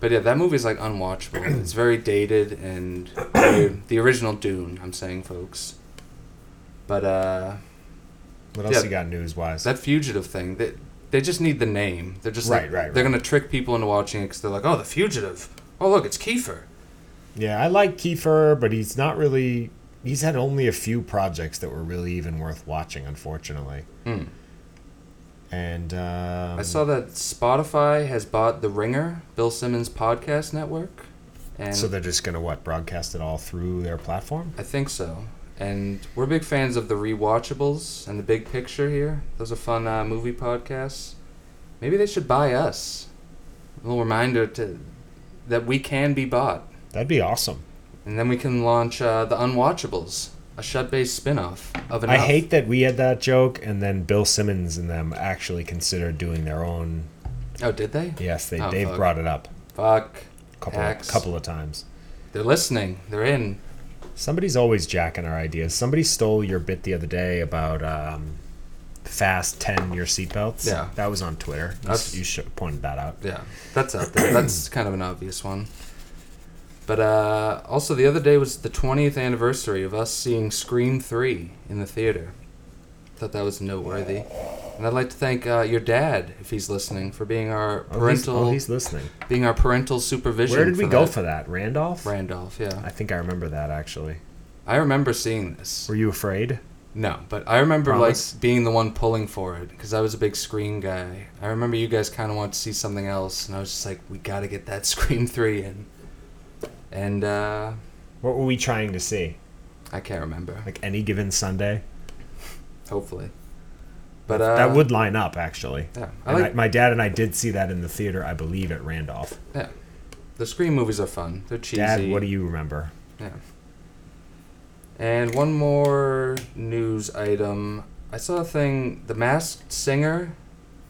[SPEAKER 2] but yeah, that movie's like unwatchable. it's very dated and weird. the original Dune. I'm saying, folks. But uh,
[SPEAKER 1] What else
[SPEAKER 2] Yeah.
[SPEAKER 1] you got news wise?
[SPEAKER 2] that fugitive thing, they they just need the name. They're just like,
[SPEAKER 1] Right, right,
[SPEAKER 2] They're
[SPEAKER 1] right.
[SPEAKER 2] gonna trick people into watching it because they're like, oh, the fugitive. Oh, look, it's Kiefer.
[SPEAKER 1] Yeah, I like Kiefer, but he's not really. He's had only a few projects that were really even worth watching, unfortunately.
[SPEAKER 2] Hmm.
[SPEAKER 1] And um,
[SPEAKER 2] I saw that Spotify has bought the Ringer, Bill Simmons podcast network, and
[SPEAKER 1] So they're just gonna what broadcast it all through their platform?
[SPEAKER 2] I think so. And we're big fans of the rewatchables and the big picture here. Those are fun uh, movie podcasts. Maybe they should buy us. A little reminder to that we can be bought,
[SPEAKER 1] That'd be awesome.
[SPEAKER 2] and then we can launch uh, the Unwatchables, a shut-based spin-off of an.
[SPEAKER 1] I hate that we had that joke, and then Bill Simmons and them actually considered doing their own.
[SPEAKER 2] Oh, did they?
[SPEAKER 1] Yes, they
[SPEAKER 2] Oh,
[SPEAKER 1] they've
[SPEAKER 2] fuck.
[SPEAKER 1] brought it up
[SPEAKER 2] Fuck.
[SPEAKER 1] a couple
[SPEAKER 2] Hacks.
[SPEAKER 1] couple of times.
[SPEAKER 2] They're listening. They're in.
[SPEAKER 1] Somebody's always jacking our ideas. Somebody stole your bit the other day about um, fast ten your seatbelts.
[SPEAKER 2] Yeah.
[SPEAKER 1] that was on Twitter. You,
[SPEAKER 2] That's-
[SPEAKER 1] s- you should pointed that out.
[SPEAKER 2] Yeah, that's out there. that's kind of an obvious one. But uh, also, the other day was the 20th anniversary of us seeing Scream 3 in the theater. Thought that was noteworthy. And I'd like to thank uh, your dad, if he's listening, for being our
[SPEAKER 1] Oh, he's-
[SPEAKER 2] parental
[SPEAKER 1] oh, he's listening.
[SPEAKER 2] being our parental supervision.
[SPEAKER 1] Where did we go for that? Randolph?
[SPEAKER 2] Randolph? Yeah,
[SPEAKER 1] I think I remember that actually.
[SPEAKER 2] I remember seeing this.
[SPEAKER 1] Were you afraid?
[SPEAKER 2] No, but I remember
[SPEAKER 1] Promise?
[SPEAKER 2] like being the one pulling for it because I was a big Scream guy. I remember you guys kind of wanted to see something else, and I was just like, we got to get that Scream three in. And uh,
[SPEAKER 1] What were we trying to see?
[SPEAKER 2] I can't remember.
[SPEAKER 1] Like any given Sunday?
[SPEAKER 2] Hopefully, but uh,
[SPEAKER 1] that would line up actually.
[SPEAKER 2] yeah. I
[SPEAKER 1] And I
[SPEAKER 2] like
[SPEAKER 1] my dad and I did see that in the theater, I believe, at Randolph.
[SPEAKER 2] yeah. The Scream movies are fun. They're cheesy.
[SPEAKER 1] Dad, what do you remember?
[SPEAKER 2] Yeah. And one more news item. I saw a thing. The Masked Singer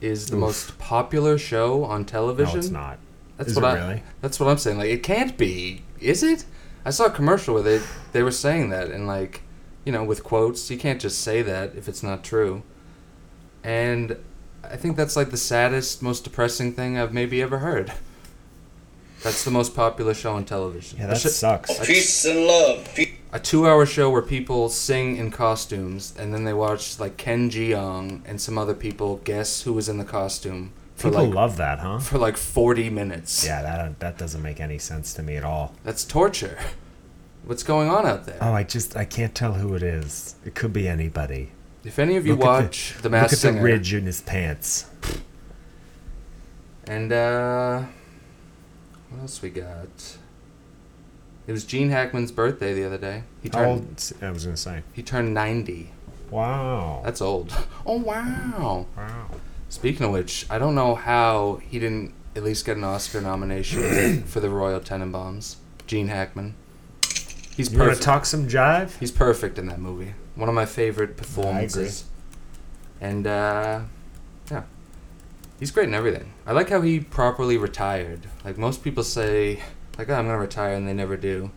[SPEAKER 2] is the most popular show on television.
[SPEAKER 1] No, it's not.
[SPEAKER 2] That's
[SPEAKER 1] Is
[SPEAKER 2] what
[SPEAKER 1] it
[SPEAKER 2] I,
[SPEAKER 1] really?
[SPEAKER 2] That's what I'm saying. Like, it can't be, is it? I saw a commercial where they they were saying that, and like, you know, with quotes, you can't just say that if it's not true. And I think that's like the saddest, most depressing thing I've maybe ever heard. That's the most popular show on television.
[SPEAKER 1] Yeah,
[SPEAKER 2] A
[SPEAKER 1] that
[SPEAKER 2] sh-
[SPEAKER 1] sucks.
[SPEAKER 6] Peace and love. Peace.
[SPEAKER 2] a two-hour show where people sing in costumes, and then they watch like Ken Jeong and some other people guess who was in the costume for
[SPEAKER 1] People
[SPEAKER 2] like
[SPEAKER 1] love that, huh?
[SPEAKER 2] for like forty minutes.
[SPEAKER 1] Yeah, that that doesn't make any sense to me at all.
[SPEAKER 2] That's torture. What's going on out there?
[SPEAKER 1] Uh, Oh, I just I can't tell who it is. It could be anybody.
[SPEAKER 2] If any of you
[SPEAKER 1] Look at the-
[SPEAKER 2] watch The
[SPEAKER 1] Look
[SPEAKER 2] Masked
[SPEAKER 1] at the
[SPEAKER 2] Singer,
[SPEAKER 1] ridge in his pants.
[SPEAKER 2] and uh, what else we got? It was Gene Hackman's birthday the other day. He
[SPEAKER 1] How
[SPEAKER 2] turned
[SPEAKER 1] old? I was gonna say.
[SPEAKER 2] he turned ninety.
[SPEAKER 1] Wow.
[SPEAKER 2] That's old. Oh wow.
[SPEAKER 1] Wow.
[SPEAKER 2] Speaking of which, I don't know how he didn't at least get an Oscar nomination for the Royal Tenenbaums. Gene Hackman. He's
[SPEAKER 1] You want
[SPEAKER 2] perfect.
[SPEAKER 1] to talk some jive?
[SPEAKER 2] He's perfect in that movie. One of my favorite performances. And uh, yeah, he's great in everything. I like how he properly retired. Like most people say, like oh, I'm gonna retire, and they never do.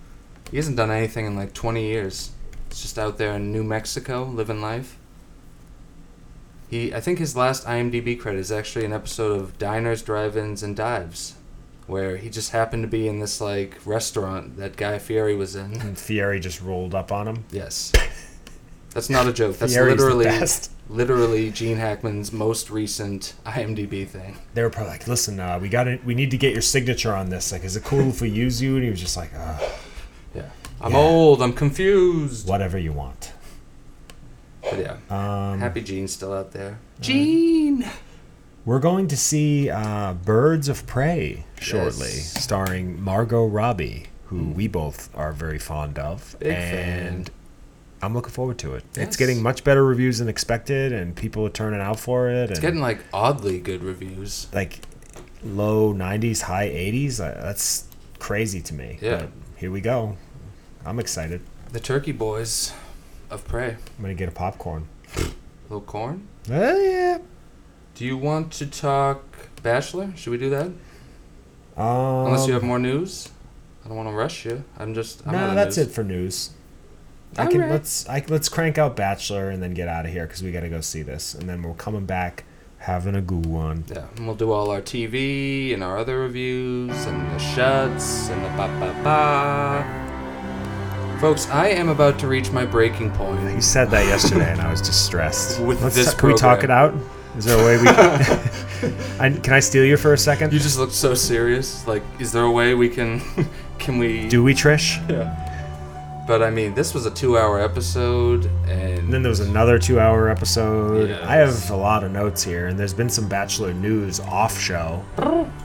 [SPEAKER 2] He hasn't done anything in like 20 years. It's just out there in New Mexico living life. He, I think his last IMDb credit is actually an episode of Diners, Drive-ins, and Dives, where he just happened to be in this like restaurant that Guy Fieri was in.
[SPEAKER 1] And Fieri just rolled up on him.
[SPEAKER 2] Yes. That's not a joke. That's
[SPEAKER 1] Fieri's
[SPEAKER 2] literally
[SPEAKER 1] the best.
[SPEAKER 2] literally Gene Hackman's most recent IMDb thing.
[SPEAKER 1] They were probably like, "Listen, uh, we got it. We need to get your signature on this. Like, is it cool if we use you?" And he was just like, uh,
[SPEAKER 2] Yeah. I'm
[SPEAKER 1] Yeah.
[SPEAKER 2] old, I'm confused.
[SPEAKER 1] "Whatever you want."
[SPEAKER 2] But yeah.
[SPEAKER 1] Um, uh,
[SPEAKER 2] Happy Gene's still out there. Gene.
[SPEAKER 1] We're going to see uh, Birds of Prey shortly,
[SPEAKER 2] Yes. Hmm.
[SPEAKER 1] starring Margot Robbie, who we both are very fond of.
[SPEAKER 2] Big fan.
[SPEAKER 1] and I'm looking forward to it.
[SPEAKER 2] Yes.
[SPEAKER 1] It's getting much better reviews than expected, and people are turning out for it. And
[SPEAKER 2] It's getting like oddly good reviews.
[SPEAKER 1] like low 90s, high 80s. Uh, that's crazy to me.
[SPEAKER 2] Yeah.
[SPEAKER 1] But here we go. I'm excited.
[SPEAKER 2] The Turkey Boys of Prey.
[SPEAKER 1] I'm going to get a popcorn.
[SPEAKER 2] Little corn.
[SPEAKER 1] Oh, yeah.
[SPEAKER 2] Do you want to talk Bachelor? Should we do that?
[SPEAKER 1] Um,
[SPEAKER 2] Unless you have more news. I don't want to rush you. I'm just. I'm
[SPEAKER 1] No,
[SPEAKER 2] out
[SPEAKER 1] that's it for news. I can let's I, let's crank out Bachelor and then get out of here because we got to go see this and then we're coming back having a goo one.
[SPEAKER 2] Yeah, and we'll do all our TV and our other reviews and the shuts and the ba ba ba. Folks, I am about to reach my breaking point.
[SPEAKER 1] You said that yesterday and I was distressed.
[SPEAKER 2] With
[SPEAKER 1] let's
[SPEAKER 2] this
[SPEAKER 1] ta- can we talk it out? Is there a way we can? I, can I steal you for a second?
[SPEAKER 2] You just looked so serious. Like, is there a way we can, can we?
[SPEAKER 1] Do we, Trish?
[SPEAKER 2] But I mean, this was a two-hour episode, and
[SPEAKER 1] And then there was another two-hour episode.
[SPEAKER 2] Yeah,
[SPEAKER 1] I
[SPEAKER 2] it's-
[SPEAKER 1] have a lot of notes here, and there's been some Bachelor news off show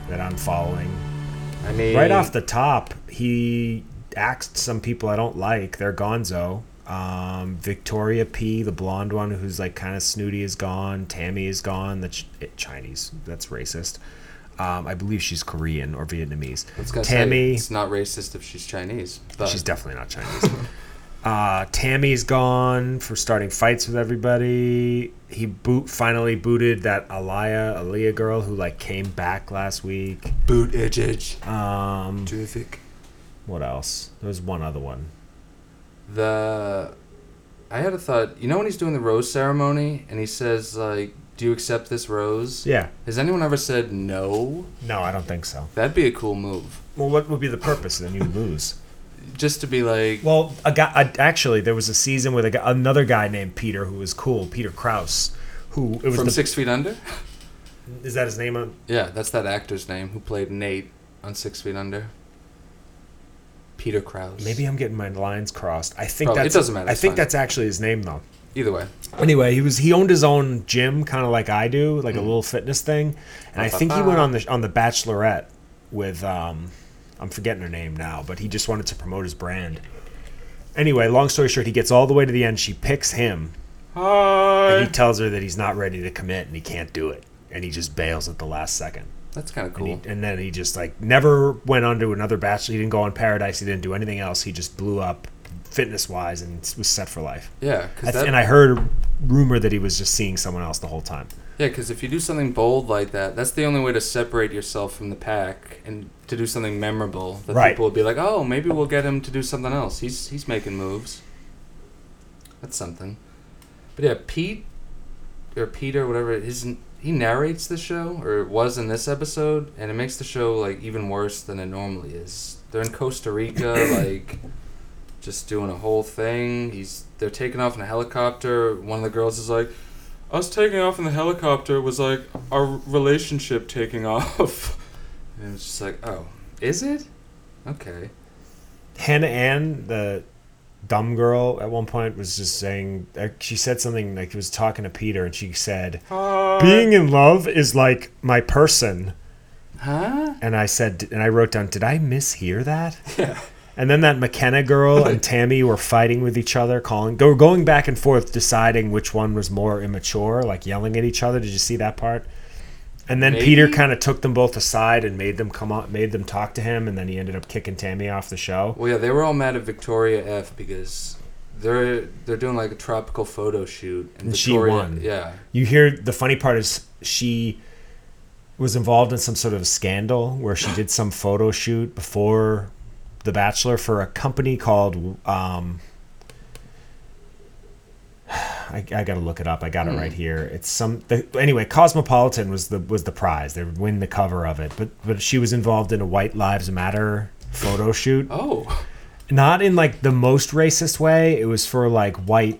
[SPEAKER 1] that I'm following.
[SPEAKER 2] I mean,
[SPEAKER 1] Right off the top, he axed some people I don't like. They're Gonzo. Um, Victoria P, the blonde one who's like kind of snooty, is gone. Tammy is gone. The ch- eh, Chinese. That's racist. Um, I believe she's Korean or Vietnamese.
[SPEAKER 2] it's gonna say
[SPEAKER 1] Tammy.
[SPEAKER 2] it's uh, not racist if she's Chinese, but
[SPEAKER 1] She's definitely not Chinese. uh, Tammy's gone for starting fights with everybody. He boot finally booted that Aliyah Aaliyah girl who like came back last week.
[SPEAKER 2] boot edge edge.
[SPEAKER 1] Um,
[SPEAKER 2] Terrific.
[SPEAKER 1] what else? There was one other one.
[SPEAKER 2] the I had a thought. You know when he's doing the rose ceremony and he says like, "Do you accept this rose?"
[SPEAKER 1] Yeah.
[SPEAKER 2] Has anyone ever said no?
[SPEAKER 1] No, I don't think so.
[SPEAKER 2] That'd be a cool move.
[SPEAKER 1] Well, what would be the purpose? Then you lose.
[SPEAKER 2] Just to be like,
[SPEAKER 1] Well, a guy. A, actually, there was a season with a guy, another guy named Peter who was cool, Peter Kraus, who it was
[SPEAKER 2] from
[SPEAKER 1] the,
[SPEAKER 2] Six Feet Under.
[SPEAKER 1] Is that his name? On,
[SPEAKER 2] yeah, that's that actor's name who played Nate on Six Feet Under. Peter Krause.
[SPEAKER 1] maybe I'm getting my lines crossed. I think
[SPEAKER 2] Probably. It
[SPEAKER 1] that's.
[SPEAKER 2] doesn't matter.
[SPEAKER 1] I
[SPEAKER 2] It's
[SPEAKER 1] think
[SPEAKER 2] fine.
[SPEAKER 1] that's actually his name though.
[SPEAKER 2] Either way,
[SPEAKER 1] anyway, he was he owned his own gym, kind of like I do,
[SPEAKER 2] Mm.
[SPEAKER 1] like a little fitness thing. And I think he went on the on the Bachelorette with um, I'm forgetting her name now, but he just wanted to promote his brand. Anyway, long story short, he gets all the way to the end. She picks him, and he tells her that he's not ready to commit and he can't do it, and he just bails at the last second.
[SPEAKER 2] that's kind of
[SPEAKER 1] And,
[SPEAKER 2] cool.
[SPEAKER 1] he, and then he just like never went on to another bachelor. He didn't go on Paradise. He didn't do anything else. He just blew up fitness wise and was set for life.
[SPEAKER 2] yeah, because
[SPEAKER 1] I th- and I heard rumor that he was just seeing someone else the whole time.
[SPEAKER 2] Yeah, because if you do something bold like that, that's the only way to separate yourself from the pack and to do something memorable. That
[SPEAKER 1] Right.
[SPEAKER 2] people will be like, oh, maybe we'll get him to do something else. He's he's making moves. That's something. But yeah, Pete or Peter, whatever it is, he narrates the show or it was in this episode, and it makes the show like even worse than it normally is. They're in Costa Rica, like just doing a whole thing. He's they're taking off in a helicopter. One of the girls is like, "Us taking off in the helicopter was like our relationship taking off." And it's just like, "Oh, is it? Okay."
[SPEAKER 1] Hannah Ann, the dumb girl at one point was just saying uh, she said something like she was talking to Peter and she said,
[SPEAKER 2] Uh,
[SPEAKER 1] "Being in love is like my person."
[SPEAKER 2] Huh?
[SPEAKER 1] And I said, and I wrote down, "Did I mishear that?" And then that McKenna girl and Tammy were fighting with each other, calling, go going back and forth, deciding which one was more immature, like yelling at each other. Did you see that part? And then Peter
[SPEAKER 2] Maybe.
[SPEAKER 1] kind of took them both aside and made them come on, made them talk to him, and then he ended up kicking Tammy off the show.
[SPEAKER 2] Well, yeah, they were all mad at Victoria F because they're they're doing like a tropical photo shoot, and,
[SPEAKER 1] And she
[SPEAKER 2] Victoria,
[SPEAKER 1] won.
[SPEAKER 2] Yeah,
[SPEAKER 1] You hear the funny part is she was involved in some sort of scandal where she did some photo shoot before The Bachelor for a company called. Um, I, I gotta look it up. I got it right here. It's some the, anyway. Cosmopolitan was the was the prize. They would win the cover of it, but but she was involved in a White Lives Matter photo shoot
[SPEAKER 2] Oh,
[SPEAKER 1] not in like the most racist way. It was for like white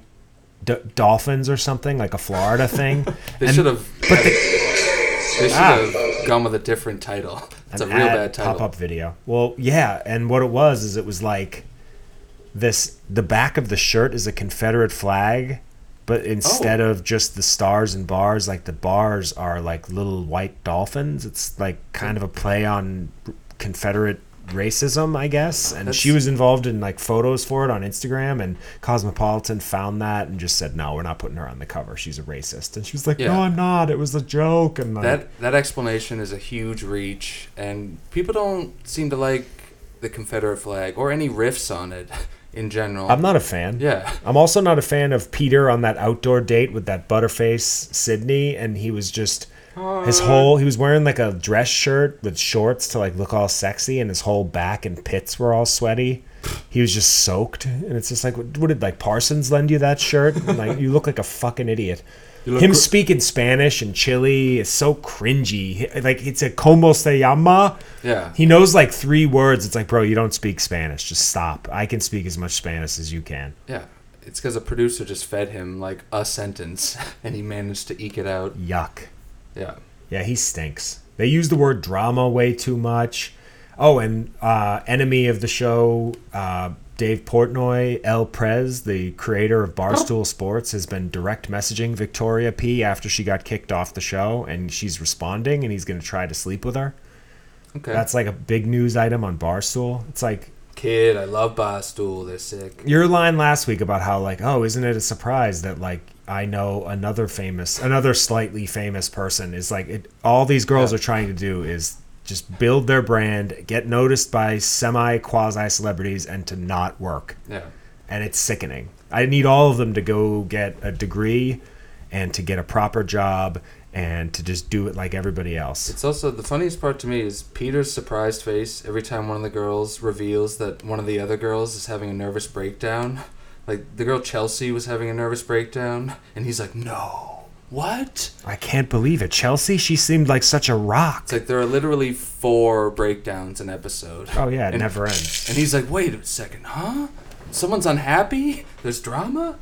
[SPEAKER 1] d- dolphins or something, like a Florida thing.
[SPEAKER 2] they
[SPEAKER 1] And Ah.
[SPEAKER 2] should have. But they, should have gone with a different title. It's a
[SPEAKER 1] an
[SPEAKER 2] real
[SPEAKER 1] ad
[SPEAKER 2] bad title.
[SPEAKER 1] pop-up video. Well, yeah, and what it was is it was like this. The back of the shirt is a Confederate flag, but instead
[SPEAKER 2] Oh.
[SPEAKER 1] of just the stars and bars, like the bars are like little white dolphins. It's like kind of a play on Confederate racism, I guess. And she
[SPEAKER 2] That's-
[SPEAKER 1] was involved in like photos for it on Instagram, and Cosmopolitan found that and just said, "No, we're not putting her on the cover. She's a racist." And she was like,
[SPEAKER 2] Yeah.
[SPEAKER 1] "No, I'm not. It was a joke." And like,
[SPEAKER 2] That that explanation is a huge reach, and people don't seem to like the Confederate flag or any riffs on it in general.
[SPEAKER 1] I'm not a fan.
[SPEAKER 2] Yeah.
[SPEAKER 1] I'm also not a fan of Peter on that outdoor date with that butterface Sydney, and he was just his whole he was wearing like a dress shirt with shorts to like look all sexy, and his whole back and pits were all sweaty. He was just soaked, and it's just like, what, what did like Parsons lend you that shirt? And, like you look like a fucking idiot.
[SPEAKER 2] look
[SPEAKER 1] Him
[SPEAKER 2] cr-
[SPEAKER 1] speaking Spanish and Chile is so cringy. He- Like it's a como se llama.
[SPEAKER 2] Yeah.
[SPEAKER 1] He knows like three words. It's like, bro, you don't speak Spanish. Just stop. I can speak as much Spanish as you can.
[SPEAKER 2] Yeah, it's because a producer just fed him like a sentence, and he managed to eke it out.
[SPEAKER 1] Yuck.
[SPEAKER 2] Yeah.
[SPEAKER 1] Yeah, he stinks. They use the word drama way too much. Oh, and uh, enemy of the show, uh, Dave Portnoy, El Prez, the creator of Barstool Sports, has been direct messaging Victoria P after she got kicked off the show, and she's responding, and he's going to try to sleep with her.
[SPEAKER 2] Okay.
[SPEAKER 1] That's like a big news item on Barstool. It's like
[SPEAKER 2] Kid, I love Barstool. They're sick.
[SPEAKER 1] your line last week about how like oh isn't it a surprise that like i know another famous another slightly famous person is like it, all these girls are trying to do is just build their brand get noticed by semi quasi celebrities and to not work
[SPEAKER 2] Yeah.
[SPEAKER 1] and it's sickening i need all of them to go get a degree and to get a proper job and to just do it like everybody else
[SPEAKER 2] It's also the funniest part to me is Peter's surprised face every time one of the girls reveals that one of the other girls is having a nervous breakdown. Like the girl Chelsea was having a nervous breakdown, and he's like, "No, what?"
[SPEAKER 1] i can't believe it chelsea she seemed like such a rock
[SPEAKER 2] It's like there are literally four breakdowns an episode.
[SPEAKER 1] oh yeah it
[SPEAKER 2] And-
[SPEAKER 1] never ends
[SPEAKER 2] And he's like, wait a second, huh? Someone's unhappy? There's drama?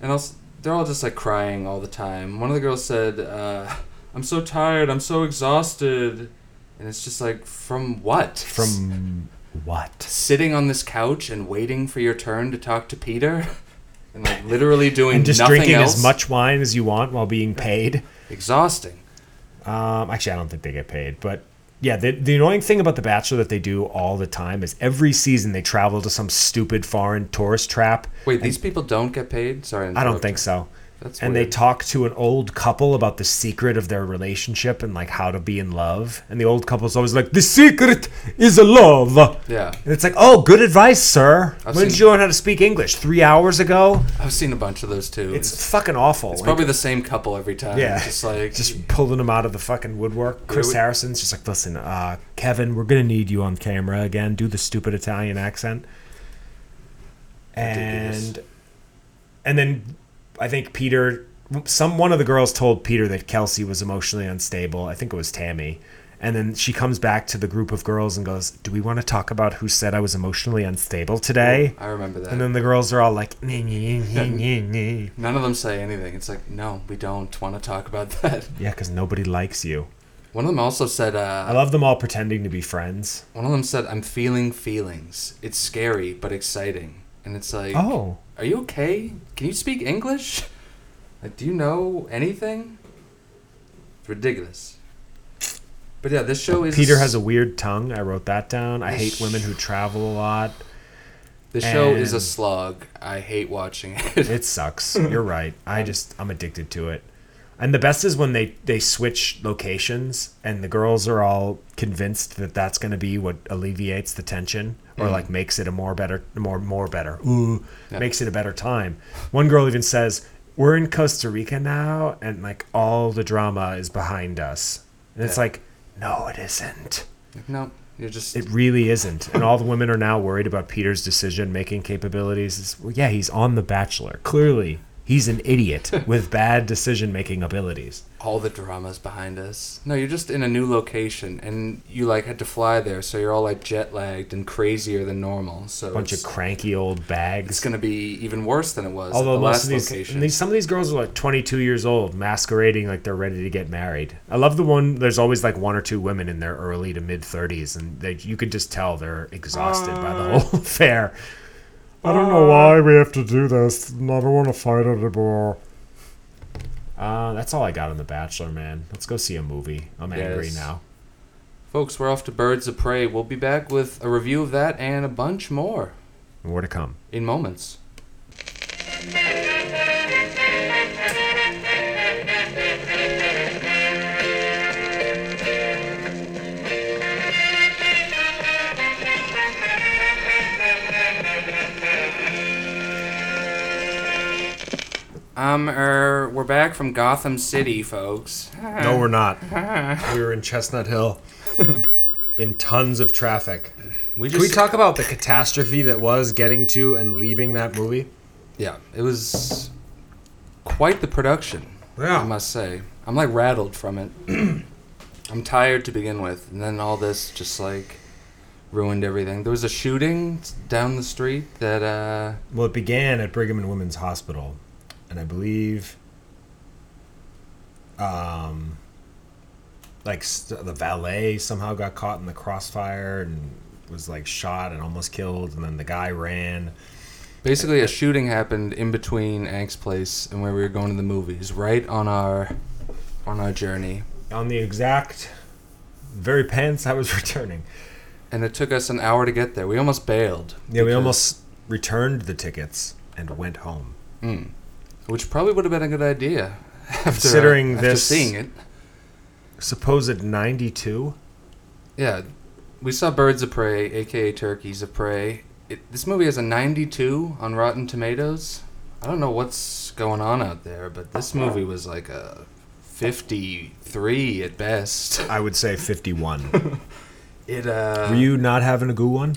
[SPEAKER 2] And also, they're all just like crying all the time. One of the girls said, uh, I'm so tired, I'm so exhausted. And it's just like, from what?
[SPEAKER 1] from what
[SPEAKER 2] sitting on this couch and waiting for your turn to talk to Peter? And like literally doing
[SPEAKER 1] and just
[SPEAKER 2] nothing
[SPEAKER 1] drinking
[SPEAKER 2] else?
[SPEAKER 1] as much wine as you want while being paid.
[SPEAKER 2] Exhausting.
[SPEAKER 1] Um, actually, I don't think they get paid, but yeah, the, the annoying thing about The Bachelor that they do all the time is every season they travel to some stupid foreign tourist trap.
[SPEAKER 2] Wait, these people don't get paid? Sorry.
[SPEAKER 1] I don't think so.
[SPEAKER 2] That's
[SPEAKER 1] and they
[SPEAKER 2] weird.
[SPEAKER 1] talk to an old couple about the secret of their relationship and like how to be in love. And the old couple's always like, "The secret is a love."
[SPEAKER 2] Yeah.
[SPEAKER 1] And it's like, "Oh, good advice, sir.
[SPEAKER 2] I've
[SPEAKER 1] when did
[SPEAKER 2] seen-
[SPEAKER 1] you learn how to speak English? Three hours ago.
[SPEAKER 2] I've seen a bunch of those too.
[SPEAKER 1] It's, fucking awful.
[SPEAKER 2] It's
[SPEAKER 1] Like,
[SPEAKER 2] probably the same couple every time.
[SPEAKER 1] Yeah,
[SPEAKER 2] Just like
[SPEAKER 1] just pulling him out of the fucking woodwork. Chris
[SPEAKER 2] we-
[SPEAKER 1] Harrison's just like, listen, uh, Kevin, we're gonna need you on camera again. Do the stupid Italian accent, and and then I think Peter, some one of the girls told Peter that Kelsey was emotionally unstable. I think it was Tammy. And then she comes back to the group of girls and goes, "Do we want to talk about who said I was emotionally unstable today?"
[SPEAKER 2] I remember that.
[SPEAKER 1] And then the girls are all like, "Nyeh, nyeh, nyeh, nyeh, nyeh."
[SPEAKER 2] None of them say anything. It's like, no, we don't want to talk about that.
[SPEAKER 1] "Yeah, because nobody likes you."
[SPEAKER 2] One of them also said,
[SPEAKER 1] I
[SPEAKER 2] uh,
[SPEAKER 1] love them all pretending to be friends.
[SPEAKER 2] one of them said, I'm feeling feelings. It's scary, but exciting. and it's like,
[SPEAKER 1] Oh,
[SPEAKER 2] are you okay? Can you speak English? Like, do you know anything? It's ridiculous. But yeah, this show is
[SPEAKER 1] Peter has a weird tongue. I wrote that down. I hate women who travel a lot.
[SPEAKER 2] The show is a
[SPEAKER 1] and-
[SPEAKER 2] slog. I hate watching it.
[SPEAKER 1] It sucks. You're right. I just I'm addicted to it. And the best is when they they switch locations and the girls are all convinced that that's going to be what alleviates the tension
[SPEAKER 2] Mm.
[SPEAKER 1] or like makes it a more better more more better. Ooh, makes it a better time. One girl even says, "We're in Costa Rica now and like all the drama is behind us." And it's
[SPEAKER 2] Yeah.
[SPEAKER 1] like, "No, it isn't."
[SPEAKER 2] no, you're just
[SPEAKER 1] It really isn't. And all the women are now worried about Peter's decision making capabilities. It's, well, yeah, he's on The Bachelor. Clearly, he's an idiot with bad decision making abilities.
[SPEAKER 2] all the dramas behind us. No, you're just in a new location, and you like had to fly there, so you're all like jet lagged and crazier than normal. So
[SPEAKER 1] Bunch
[SPEAKER 2] it's,
[SPEAKER 1] of cranky old
[SPEAKER 2] it's
[SPEAKER 1] bags.
[SPEAKER 2] gonna be even worse than it was. at
[SPEAKER 1] Although
[SPEAKER 2] the
[SPEAKER 1] most
[SPEAKER 2] last
[SPEAKER 1] of these,
[SPEAKER 2] location.
[SPEAKER 1] and these, some of these girls are like 22 years old, masquerading like they're ready to get married. I love the one. There's always like one or two women in their early to mid 30s, and they, you could just tell they're exhausted by
[SPEAKER 2] Uh,
[SPEAKER 1] the whole affair.
[SPEAKER 8] I don't know why we have to do this. I don't want to fight anymore.
[SPEAKER 1] Uh, that's all I got on The Bachelor, man. Let's go see a movie. I'm angry
[SPEAKER 2] Yes.
[SPEAKER 1] now.
[SPEAKER 2] Folks, we're off to Birds of Prey. We'll be back with a review of that and a bunch more
[SPEAKER 1] More to come.
[SPEAKER 2] in moments. Um, er, we're back from Gotham City, folks.
[SPEAKER 1] No, we're not. we were in Chestnut Hill in tons of traffic.
[SPEAKER 2] We
[SPEAKER 1] Can we talk about the catastrophe that was getting to and leaving that movie?
[SPEAKER 2] Yeah, it was quite the production.
[SPEAKER 1] Yeah.
[SPEAKER 2] I must say. I'm like rattled from it. I'm tired to begin with, and then all this just like ruined everything. There was a shooting down the street that uh
[SPEAKER 1] Well, it began at Brigham and Women's Hospital, and I believe, um, like st- the valet somehow got caught in the crossfire and was like shot and almost killed, and then the guy ran.
[SPEAKER 2] basically a shooting happened in between Ang's place and where we were going to the movies, right on our on our journey.
[SPEAKER 1] on the exact very pants I was returning.
[SPEAKER 2] And it took us an hour to get there. We almost bailed.
[SPEAKER 1] Yeah, we
[SPEAKER 2] because-
[SPEAKER 1] almost returned the tickets and went home.
[SPEAKER 2] which probably would have been a good idea after
[SPEAKER 1] Considering
[SPEAKER 2] after
[SPEAKER 1] this-
[SPEAKER 2] seeing it.
[SPEAKER 1] Supposed 92?
[SPEAKER 2] Yeah, we saw Birds of Prey, aka Turkeys of Prey. It, this movie has a 92 on Rotten Tomatoes. I don't know what's going on out there, but this movie was like a 53 at best.
[SPEAKER 1] I would say 51.
[SPEAKER 2] It uh
[SPEAKER 1] Were you not having a good one?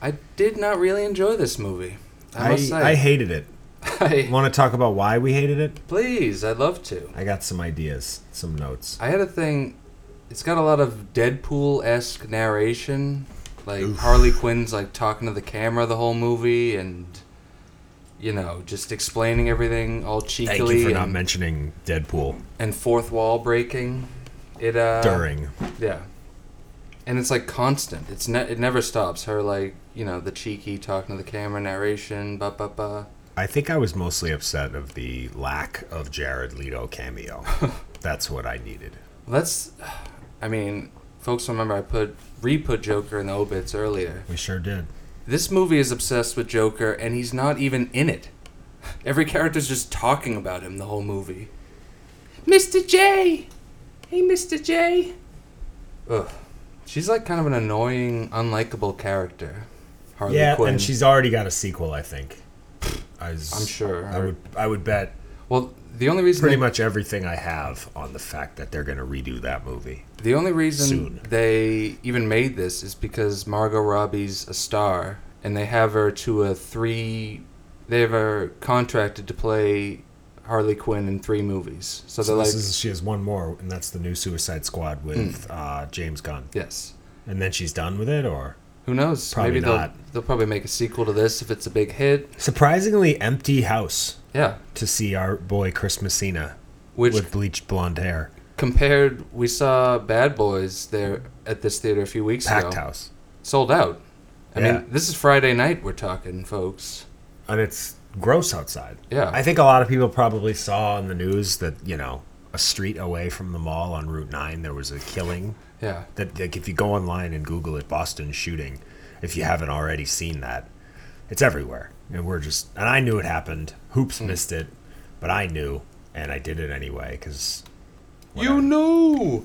[SPEAKER 2] I did not really enjoy this movie. I,
[SPEAKER 1] I,
[SPEAKER 2] must say.
[SPEAKER 1] I hated it.
[SPEAKER 2] I-
[SPEAKER 1] Want to talk about why we hated it?
[SPEAKER 2] please, I'd love to.
[SPEAKER 1] I got some ideas, some notes.
[SPEAKER 2] I had a thing. It's got a lot of Deadpool-esque narration, like Harley Quinn's like talking to the camera the whole movie, and you know, just explaining everything all
[SPEAKER 1] Thank you for
[SPEAKER 2] cheekily
[SPEAKER 1] not
[SPEAKER 2] and,
[SPEAKER 1] mentioning Deadpool
[SPEAKER 2] and fourth wall breaking. It uh,
[SPEAKER 1] during.
[SPEAKER 2] yeah, and it's like constant. It's ne- it never stops. Her like you know the cheeky talking to the camera narration, ba ba ba.
[SPEAKER 1] I think I was mostly upset of the lack of Jared Leto cameo. That's what I needed.
[SPEAKER 2] That's, I mean, folks remember I put re-put Joker in the obits earlier.
[SPEAKER 1] We sure did.
[SPEAKER 2] This movie is obsessed with Joker, and he's not even in it. Every character's just talking about him the whole movie. Mr. J! Hey, Mr. J! Ugh. She's like kind of an annoying, unlikable character. Harley
[SPEAKER 1] yeah,
[SPEAKER 2] Quinn.
[SPEAKER 1] and she's already got a sequel, I think. I was,
[SPEAKER 2] I'm sure.
[SPEAKER 1] I would. I would bet
[SPEAKER 2] Well, the only reason.
[SPEAKER 1] pretty
[SPEAKER 2] they-
[SPEAKER 1] much everything I have on the fact that they're going to redo that movie.
[SPEAKER 2] The only reason
[SPEAKER 1] Soon.
[SPEAKER 2] they even made this is because Margot Robbie's a star, and they have her to a three. They have her contracted to play Harley Quinn in three movies. So they're
[SPEAKER 1] So
[SPEAKER 2] like, Hmm.
[SPEAKER 1] this is she has one more, and that's the new Suicide Squad with uh, James Gunn,
[SPEAKER 2] yes.
[SPEAKER 1] and then she's done with it. Or
[SPEAKER 2] Who knows?
[SPEAKER 1] Probably
[SPEAKER 2] Maybe they'll
[SPEAKER 1] not.
[SPEAKER 2] they'll probably make a sequel to this if it's a big hit.
[SPEAKER 1] surprisingly empty house
[SPEAKER 2] Yeah,
[SPEAKER 1] to see our boy Chris Messina
[SPEAKER 2] which
[SPEAKER 1] with bleached blonde hair,
[SPEAKER 2] compared, we saw Bad Boys there at this theater a few weeks
[SPEAKER 1] packed
[SPEAKER 2] ago,
[SPEAKER 1] house.
[SPEAKER 2] sold out. I
[SPEAKER 1] Yeah.
[SPEAKER 2] mean, this is Friday night we're talking, folks.
[SPEAKER 1] and it's gross outside.
[SPEAKER 2] Yeah.
[SPEAKER 1] I think a lot of people probably saw in the news that you know a street away from the mall on Route Nine there was a killing.
[SPEAKER 2] Yeah.
[SPEAKER 1] That like if you go online and Google it, Boston shooting, if you haven't already seen that, it's everywhere. And we're just and I knew it happened. Hoops
[SPEAKER 2] Hmm.
[SPEAKER 1] missed it, but I knew and I did it anyway because
[SPEAKER 2] You know.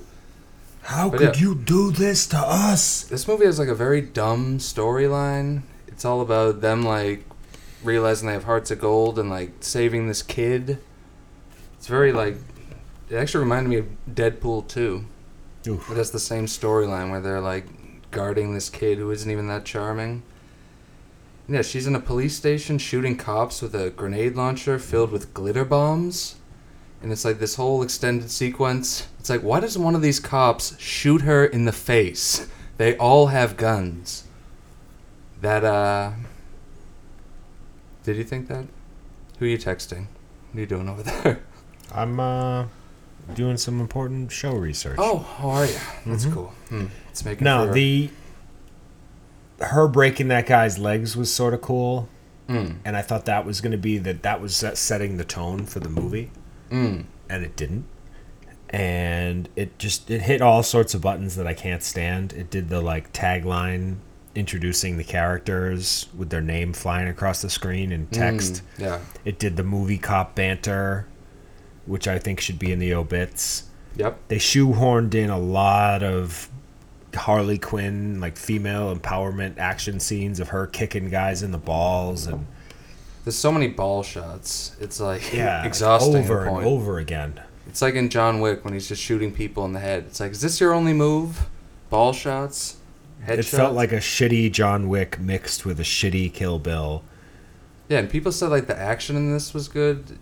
[SPEAKER 1] how
[SPEAKER 2] But could yeah.
[SPEAKER 1] you do this to us?
[SPEAKER 2] This movie has like a very dumb storyline. It's all about them like realizing they have hearts of gold and like saving this kid. It's very like it actually reminded me of Deadpool 2.
[SPEAKER 1] Oof.
[SPEAKER 2] It has the same storyline where they're like guarding this kid who isn't even that charming. Yeah, she's in a police station shooting cops with a grenade launcher filled with glitter bombs. And it's like this whole extended sequence. It's like, why does one of these cops shoot her in the face? They all have guns. That, uh. Did you think that? Who are you texting? What are you doing over there?
[SPEAKER 1] I'm uh doing some important show research.
[SPEAKER 2] Oh, how are you? That's cool. Hmm. It's making
[SPEAKER 1] No,
[SPEAKER 2] for-
[SPEAKER 1] the her breaking that guy's legs was sort of cool,
[SPEAKER 2] Mm.
[SPEAKER 1] and I thought that was going to be that that was set- setting the tone for the movie,
[SPEAKER 2] Mm.
[SPEAKER 1] and it didn't. And it just it hit all sorts of buttons that I can't stand. It did the like tagline introducing the characters with their name flying across the screen in text.
[SPEAKER 2] Yeah.
[SPEAKER 1] It did the movie cop banter, which I think should be in the obits
[SPEAKER 2] Yep.
[SPEAKER 1] they shoehorned in a lot of Harley Quinn like female empowerment action scenes of her kicking guys in the balls and
[SPEAKER 2] There's so many ball shots. It's like
[SPEAKER 1] yeah,
[SPEAKER 2] exhausting. at
[SPEAKER 1] over and
[SPEAKER 2] point.
[SPEAKER 1] over again.
[SPEAKER 2] It's like in John Wick when he's just shooting people in the head. It's like, is this your only move? Ball shots, head
[SPEAKER 1] it felt like a shitty John Wick mixed with a shitty Kill Bill.
[SPEAKER 2] yeah. And people said like the action in this was good.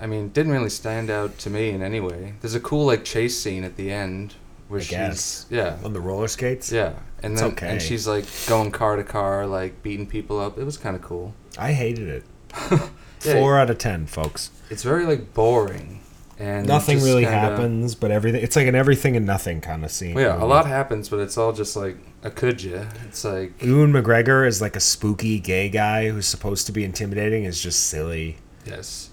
[SPEAKER 2] I mean, it didn't really stand out to me in any way. There's a cool like chase scene at the end where
[SPEAKER 1] I
[SPEAKER 2] she's
[SPEAKER 1] guess.
[SPEAKER 2] yeah
[SPEAKER 1] on the roller skates.
[SPEAKER 2] yeah, and
[SPEAKER 1] It's
[SPEAKER 2] then
[SPEAKER 1] okay.
[SPEAKER 2] and she's like going car to car, like beating people up. It was kind of cool.
[SPEAKER 1] I hated it.
[SPEAKER 2] Yeah.
[SPEAKER 1] Four out of ten, folks.
[SPEAKER 2] It's very like boring and
[SPEAKER 1] Nothing
[SPEAKER 2] just
[SPEAKER 1] really
[SPEAKER 2] kinda-
[SPEAKER 1] happens, but everything. It's like an everything and nothing kind of scene.
[SPEAKER 2] Well, yeah, a lot happens, but it's all just like a could you? It's like
[SPEAKER 1] Ewan McGregor is like a spooky gay guy who's supposed to be intimidating. Is just silly.
[SPEAKER 2] Yes.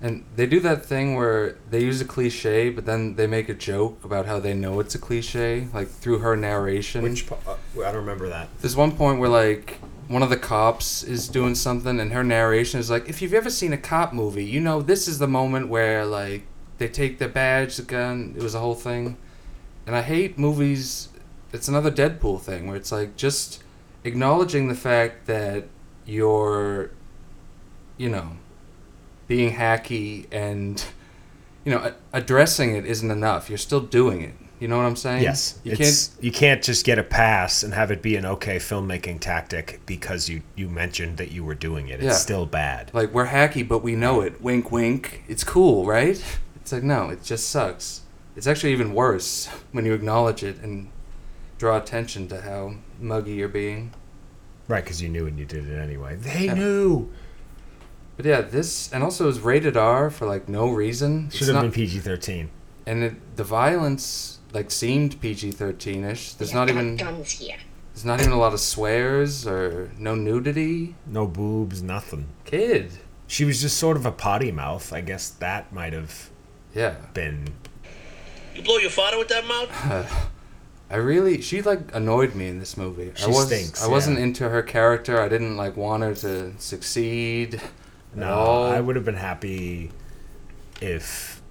[SPEAKER 2] And they do that thing where they use a cliche, but then they make a joke about how they know it's a cliche, like through her narration.
[SPEAKER 1] Which pa- uh, I don't remember that.
[SPEAKER 2] There's one point where, like, one of the cops is doing something, and her narration is like, if you've ever seen a cop movie, you know this is the moment where, like, they take their badge, the gun. It was a whole thing. And I hate movies. It's another Deadpool thing where it's like just acknowledging the fact that you're, you know, being hacky and, you know, a- addressing it isn't enough. You're still doing it. You know what I'm saying?
[SPEAKER 1] Yes,
[SPEAKER 2] You
[SPEAKER 1] it's, you can't just get a pass and have it be an okay filmmaking tactic because you you mentioned that you were doing it. It's
[SPEAKER 2] Yeah.
[SPEAKER 1] still bad.
[SPEAKER 2] Like we're hacky, but we know it. Wink, wink. It's cool, right? It's like no, it just sucks. It's actually even worse when you acknowledge it and draw attention to how muggy you're being.
[SPEAKER 1] Right, because you knew and you did it anyway. They knew.
[SPEAKER 2] But yeah, this and also it was rated R for like no reason. It's
[SPEAKER 1] Should have
[SPEAKER 2] not-
[SPEAKER 1] been PG thirteen.
[SPEAKER 2] And it, the violence like seemed PG thirteen ish. There's not
[SPEAKER 7] Got
[SPEAKER 2] even
[SPEAKER 7] guns here.
[SPEAKER 2] there's not even a lot of swears or no nudity.
[SPEAKER 1] No boobs, nothing.
[SPEAKER 2] Kid.
[SPEAKER 1] She was just sort of a potty mouth. I guess that might have
[SPEAKER 2] Yeah.
[SPEAKER 1] been.
[SPEAKER 6] You blow your father with that mouth?
[SPEAKER 2] I really she like annoyed me in this movie.
[SPEAKER 1] She
[SPEAKER 2] I was,
[SPEAKER 1] stinks,
[SPEAKER 2] I wasn't
[SPEAKER 1] yeah.
[SPEAKER 2] into her character. I didn't like want her to succeed.
[SPEAKER 1] No,
[SPEAKER 2] at all.
[SPEAKER 1] I would have been happy if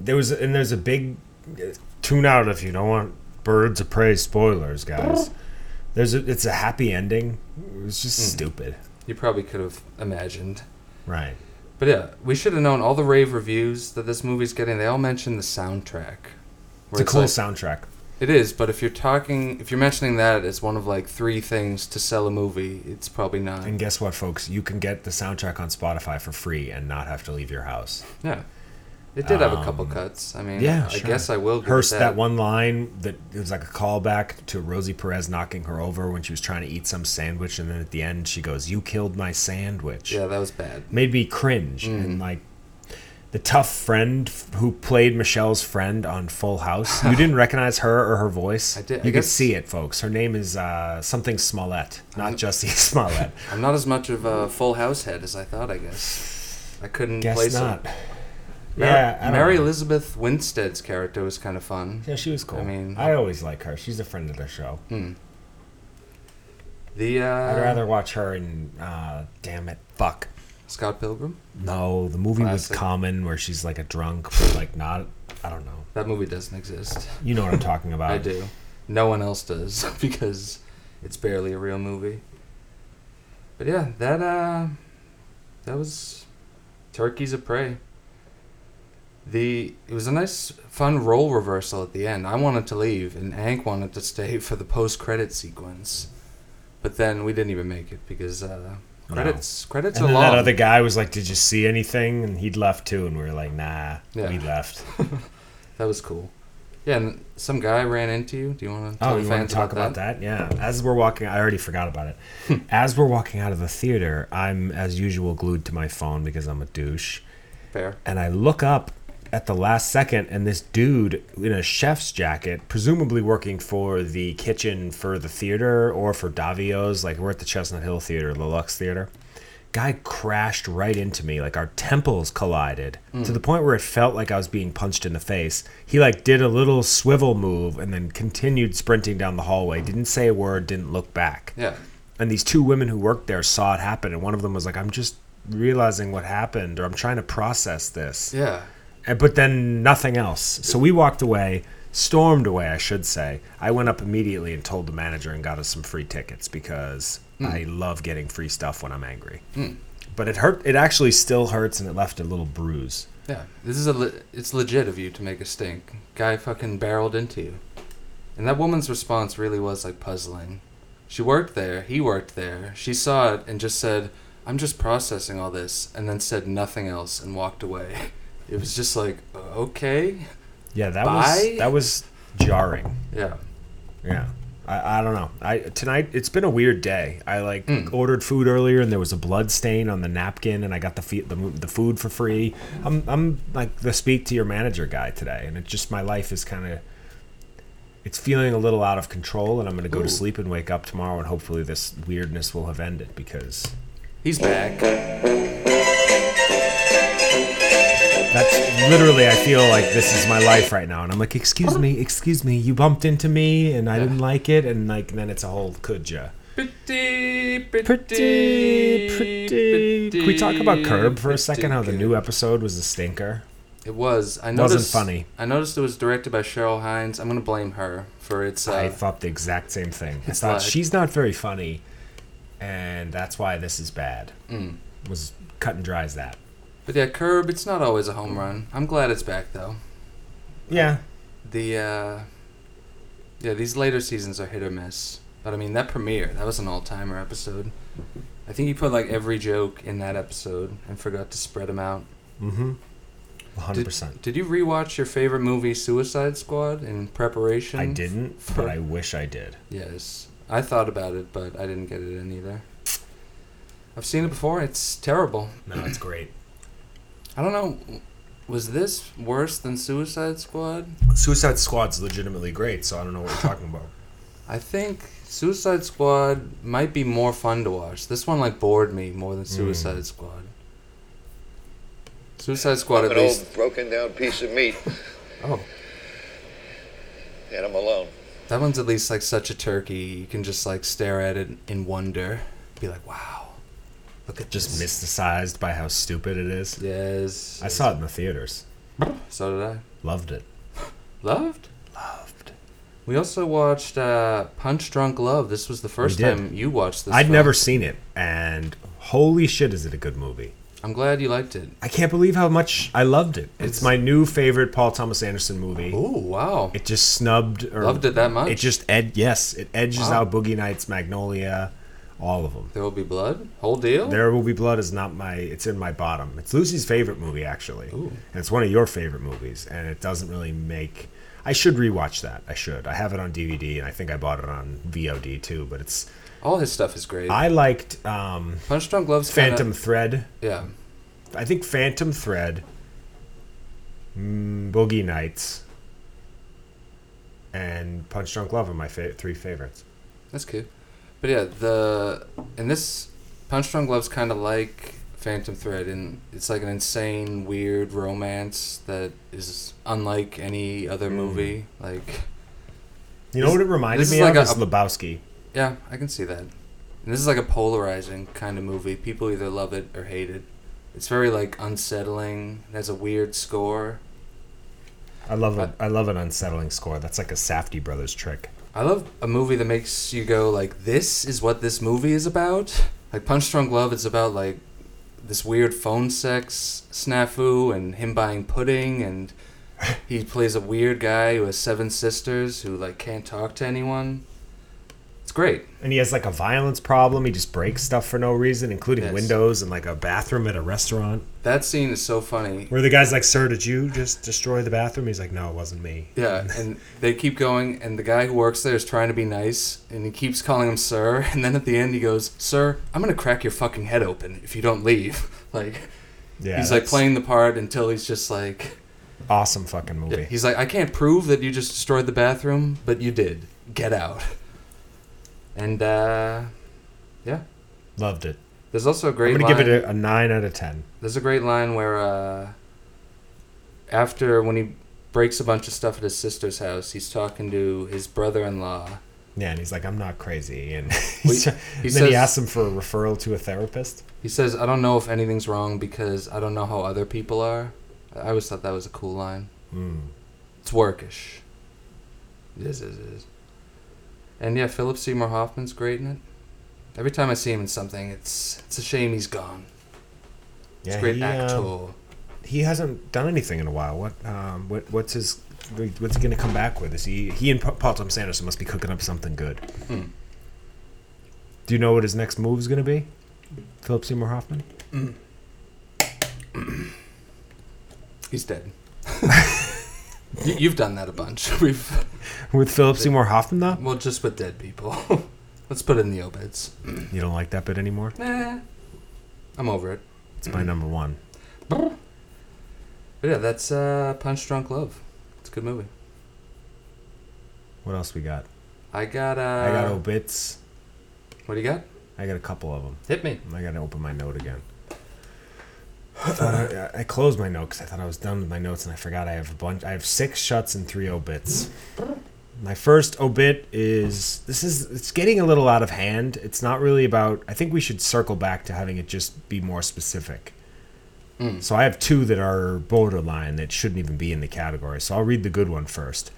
[SPEAKER 1] there was and there's a big uh, tune out if you don't want birds of prey spoilers, guys. There's a, it's a happy ending. It was just
[SPEAKER 2] Hmm.
[SPEAKER 1] stupid.
[SPEAKER 2] You probably could have imagined.
[SPEAKER 1] Right.
[SPEAKER 2] But yeah, we should have known all the rave reviews that this movie's getting. They all mention the soundtrack.
[SPEAKER 1] It's
[SPEAKER 2] where
[SPEAKER 1] a cool
[SPEAKER 2] like-
[SPEAKER 1] soundtrack.
[SPEAKER 2] It is, but if you're talking, if you're mentioning that as one of like three things to sell a movie, it's probably not.
[SPEAKER 1] And guess what, folks? You can get the soundtrack on Spotify for free and not have to leave your house.
[SPEAKER 2] Yeah, it did have a couple cuts. I mean, I guess I will. give it
[SPEAKER 1] Um, Hearst, that. one line that it was like a callback to Rosie Perez knocking her over when she was trying to eat some sandwich, and then at the end she goes, "You killed my sandwich."
[SPEAKER 2] Yeah, that was bad.
[SPEAKER 1] made me cringe and like the tough friend f- who played Michelle's friend on Full House. You didn't recognize her or her voice.
[SPEAKER 2] I did- I
[SPEAKER 1] You could
[SPEAKER 2] guess-
[SPEAKER 1] see it, folks. Her name is uh, something Smollett,
[SPEAKER 2] Uh-huh.
[SPEAKER 1] not Jussie Smollett.
[SPEAKER 2] I'm not as much of a Full House head as I thought. I guess I couldn't
[SPEAKER 1] Guess
[SPEAKER 2] place
[SPEAKER 1] not.
[SPEAKER 2] it. Mar-
[SPEAKER 1] yeah, I don't
[SPEAKER 2] Mary
[SPEAKER 1] know.
[SPEAKER 2] Elizabeth Winstead's character was kind of fun.
[SPEAKER 1] Yeah, she was cool.
[SPEAKER 2] I
[SPEAKER 1] I
[SPEAKER 2] mean- Mm.
[SPEAKER 1] mean, I always like her. She's a friend of the show.
[SPEAKER 2] The uh,
[SPEAKER 1] I'd rather watch her in. Uh, damn it, fuck.
[SPEAKER 2] Scott Pilgrim.
[SPEAKER 1] No, the movie
[SPEAKER 2] Classic.
[SPEAKER 1] was Common, where she's like a drunk, but like not. I don't know.
[SPEAKER 2] That movie doesn't exist.
[SPEAKER 1] You know what I'm talking about.
[SPEAKER 2] I do. No one else does because it's barely a real movie. But yeah, that uh, that was Turkeys of Prey. The it was a nice, fun role reversal at the end. I wanted to leave, and Hank wanted to stay for the post-credit sequence, but then we didn't even make it because uh,
[SPEAKER 1] No.
[SPEAKER 2] credits credits
[SPEAKER 1] And
[SPEAKER 2] are
[SPEAKER 1] then
[SPEAKER 2] long.
[SPEAKER 1] that other guy was like, "Did you see anything?" And he'd left too, and we were like, "Nah,
[SPEAKER 2] Yeah.
[SPEAKER 1] we left." Oh,
[SPEAKER 2] That was cool. Yeah, and some guy ran into you. Do you want to tell
[SPEAKER 1] Oh,
[SPEAKER 2] the
[SPEAKER 1] you want
[SPEAKER 2] fans
[SPEAKER 1] to talk about that? Yeah. As we're walking, I already forgot about it. as we're walking out of the theater, I'm as usual glued to my phone because I'm a douche.
[SPEAKER 2] Fair.
[SPEAKER 1] and I look up at the last second, and this dude in a chef's jacket, presumably working for the kitchen for the theater or for Davio's, like we're at the Chestnut Hill Theater, the Lux Theater. Guy crashed right into me, like our temples collided to the point where it felt like I was being punched in the face. He like did a little swivel move and then continued sprinting down the hallway. Didn't say a word, didn't look back
[SPEAKER 2] Yeah.
[SPEAKER 1] and these two women who worked there saw it happen and one of them was like i'm just realizing what happened or i'm trying to process this
[SPEAKER 2] Yeah.
[SPEAKER 1] And- but then nothing else so we walked away stormed away i should say i went up immediately and told the manager and got us some free tickets because i love getting free stuff when i'm angry but it hurt it actually still hurts and it left a little bruise
[SPEAKER 2] Yeah, this is a le- it's legit of you to make a stink. Guy fucking barreled into you, and that woman's response really was like puzzling. She worked there, he worked there. She saw it and just said, "I'm just processing all this," and then said nothing else and walked away. It was just like, okay,
[SPEAKER 1] yeah that
[SPEAKER 2] Bye?
[SPEAKER 1] was that was jarring
[SPEAKER 2] yeah,
[SPEAKER 1] Yeah. I, I don't know. I tonight it's been a weird day. I like ordered food earlier and there was a blood stain on the napkin and I got the fe- the, the food for free. I'm I'm like the speak to your manager guy today and it just my life is kind of it's feeling a little out of control and I'm going to go
[SPEAKER 2] Ooh.
[SPEAKER 1] to sleep and wake up tomorrow and hopefully this weirdness will have ended because
[SPEAKER 2] he's back.
[SPEAKER 1] that's literally I feel like this is my life right now and I'm like excuse me, excuse me, you bumped into me and I didn't like it and like then it's a whole could ya.
[SPEAKER 2] Pretty, pretty,
[SPEAKER 1] pretty, pretty. Can we talk about Curb for a
[SPEAKER 2] pretty
[SPEAKER 1] second? How the
[SPEAKER 2] good.
[SPEAKER 1] new episode was a stinker.
[SPEAKER 2] It was. I noticed.
[SPEAKER 1] Wasn't funny.
[SPEAKER 2] I noticed it was directed by Cheryl Hines. I'm gonna blame her for its. Uh,
[SPEAKER 1] I thought the exact same thing. It's not.
[SPEAKER 2] like-
[SPEAKER 1] she's not very funny, and that's why this is bad. Was cut and dry as that.
[SPEAKER 2] But yeah, Curb, it's not always a home run. I'm glad it's back though.
[SPEAKER 1] Yeah.
[SPEAKER 2] The uh Yeah, these later seasons are hit or miss. But I mean that premiere, that was an all timer episode. I think he put like every joke in that episode and forgot to spread them out.
[SPEAKER 1] Mm-hmm. One hundred
[SPEAKER 2] Did,
[SPEAKER 1] percent.
[SPEAKER 2] did you rewatch your favorite movie, Suicide Squad, in preparation?
[SPEAKER 1] I didn't, but I wish I did.
[SPEAKER 2] Yes. I thought about it, but I didn't get it in either. I've seen it before. It's terrible.
[SPEAKER 1] No, it's great.
[SPEAKER 2] I don't know. Was this worse than Suicide Squad?
[SPEAKER 1] Suicide Squad's legitimately great, so I don't know what we're talking about.
[SPEAKER 2] I think Suicide Squad might be more fun to watch. This one like bored me more
[SPEAKER 1] Hmm.
[SPEAKER 2] than Suicide Squad. Suicide Squad
[SPEAKER 3] I'm
[SPEAKER 2] at
[SPEAKER 3] an old
[SPEAKER 2] least.
[SPEAKER 3] broken down piece of meat,
[SPEAKER 2] Oh,
[SPEAKER 3] and I'm alone.
[SPEAKER 2] that one's at least like such a turkey. You can just like stare at it in wonder, be like, wow, look at
[SPEAKER 1] Just
[SPEAKER 2] this.
[SPEAKER 1] mysticized by how stupid it is.
[SPEAKER 2] Yes.
[SPEAKER 1] I saw it in the theaters.
[SPEAKER 2] So did I.
[SPEAKER 1] Loved it.
[SPEAKER 2] Loved. Loved. We also watched uh, Punch Drunk Love. This was the first
[SPEAKER 1] did.
[SPEAKER 2] time you watched this.
[SPEAKER 1] I'd
[SPEAKER 2] film.
[SPEAKER 1] never seen it, and holy shit, is it a good movie!
[SPEAKER 2] I'm glad you liked it.
[SPEAKER 1] I can't believe how much I loved it. It's my new favorite Paul Thomas Anderson movie.
[SPEAKER 2] Oh wow.
[SPEAKER 1] It just snubbed or
[SPEAKER 2] Loved it that much?
[SPEAKER 1] It just ed yes, it edges
[SPEAKER 2] Wow.
[SPEAKER 1] out Boogie Nights, Magnolia, all of them.
[SPEAKER 2] There will be blood. Whole deal.
[SPEAKER 1] There Will Be Blood is not my it's in my bottom. It's Lucy's favorite movie actually.
[SPEAKER 2] Ooh.
[SPEAKER 1] And it's one of your favorite movies and it doesn't really make I should rewatch that. I should. I have it on DVD and I think I bought it on VOD too, but it's
[SPEAKER 2] All his stuff is great.
[SPEAKER 1] I liked um
[SPEAKER 2] Punch Drunk Love's kinda-
[SPEAKER 1] Phantom Thread.
[SPEAKER 2] yeah,
[SPEAKER 1] I think Phantom Thread, Mm, Boogie Nights, and Punch Drunk Love are my fa- three favorites.
[SPEAKER 2] That's cute. But yeah, the and this Punch Drunk Love's kind of like Phantom Thread, and it's like an insane, weird romance that is unlike any other movie. Like,
[SPEAKER 1] You know
[SPEAKER 2] This-
[SPEAKER 1] what it reminded
[SPEAKER 2] this
[SPEAKER 1] me
[SPEAKER 2] is like
[SPEAKER 1] of
[SPEAKER 2] a-
[SPEAKER 1] is Lebowski.
[SPEAKER 2] yeah, I can see that. And this is like a polarizing kind of movie. People either love it or hate it. It's very like unsettling. It has a weird score.
[SPEAKER 1] I love
[SPEAKER 2] Uh,
[SPEAKER 1] a, I love an unsettling score. That's like a Safdie brothers trick.
[SPEAKER 2] I love a movie that makes you go like, "This is what this movie is about." Like Punch Drunk Love, it's about like this weird phone sex snafu and him buying pudding, and he plays a weird guy who has seven sisters who like can't talk to anyone. It's great.
[SPEAKER 1] And he has like a violence problem. He just breaks stuff for no reason, including
[SPEAKER 2] Yes.
[SPEAKER 1] windows and like a bathroom at a restaurant
[SPEAKER 2] That scene is so funny.
[SPEAKER 1] where the guy's like, "Sir, did you just destroy the bathroom?" He's like, "No, it wasn't me."
[SPEAKER 2] Yeah, and they keep going, and the guy who works there is trying to be nice, and he keeps calling him sir, and then at the end he goes, "Sir, I'm gonna crack your fucking head open if you don't leave." Like.
[SPEAKER 1] Yeah,
[SPEAKER 2] he's like
[SPEAKER 1] that's
[SPEAKER 2] playing the part until he's just like
[SPEAKER 1] awesome fucking movie.
[SPEAKER 2] he's like I can't prove that you just destroyed the bathroom, but you did. Get out. And uh yeah,
[SPEAKER 1] Loved it.
[SPEAKER 2] there's also a
[SPEAKER 1] I'm
[SPEAKER 2] great
[SPEAKER 1] gonna
[SPEAKER 2] line.
[SPEAKER 1] give it a, a nine out of ten.
[SPEAKER 2] there's a great line where uh after when he breaks a bunch of stuff at his sister's house, he's talking to his brother-in-law.
[SPEAKER 1] Yeah, and he's like, "I'm not crazy," and,
[SPEAKER 2] Well,
[SPEAKER 1] he's
[SPEAKER 2] he-
[SPEAKER 1] tr-
[SPEAKER 2] he
[SPEAKER 1] then he
[SPEAKER 2] says-
[SPEAKER 1] asks him for a referral to a therapist.
[SPEAKER 2] He says, "I don't know if anything's wrong because I don't know how other people are." I always thought that was a cool line.
[SPEAKER 1] Mm.
[SPEAKER 2] It's workish. It is, it is, it is. And yeah, Philip Seymour Hoffman's great in it. Every time I see him in something, it's it's a shame he's gone. He's
[SPEAKER 1] Yeah,
[SPEAKER 2] a great
[SPEAKER 1] he, um,
[SPEAKER 2] actor.
[SPEAKER 1] he hasn't done anything in a while. What um, what what's his what's he gonna come back with? Is he he and Pa- Paul Thomas Anderson must be cooking up something good.
[SPEAKER 2] Hmm.
[SPEAKER 1] Do you know what his next move's gonna be? Philip Seymour Hoffman.
[SPEAKER 2] He's dead. you, you've done that a bunch. We've
[SPEAKER 1] With Philip Seymour Hoffman though,
[SPEAKER 2] well, just with dead people. Let's put it in the obits.
[SPEAKER 1] you don't like that bit anymore.
[SPEAKER 2] Nah, I'm over it.
[SPEAKER 1] It's my number one.
[SPEAKER 2] But yeah, that's uh, Punch Drunk Love. It's a good movie.
[SPEAKER 1] What else we got?
[SPEAKER 2] I got. Uh,
[SPEAKER 1] I got obits.
[SPEAKER 2] What do you got?
[SPEAKER 1] I got a couple of them.
[SPEAKER 2] Hit me.
[SPEAKER 1] I gotta open my note again. I, thought I, I closed my note because I thought I was done with my notes, and I forgot I have a bunch. I have six shuts and three obits. My first obit is this is it's getting a little out of hand. It's not really about. I think we should circle back to having it just be more specific. So I have two that are borderline that shouldn't even be in the category. So I'll read the good one first.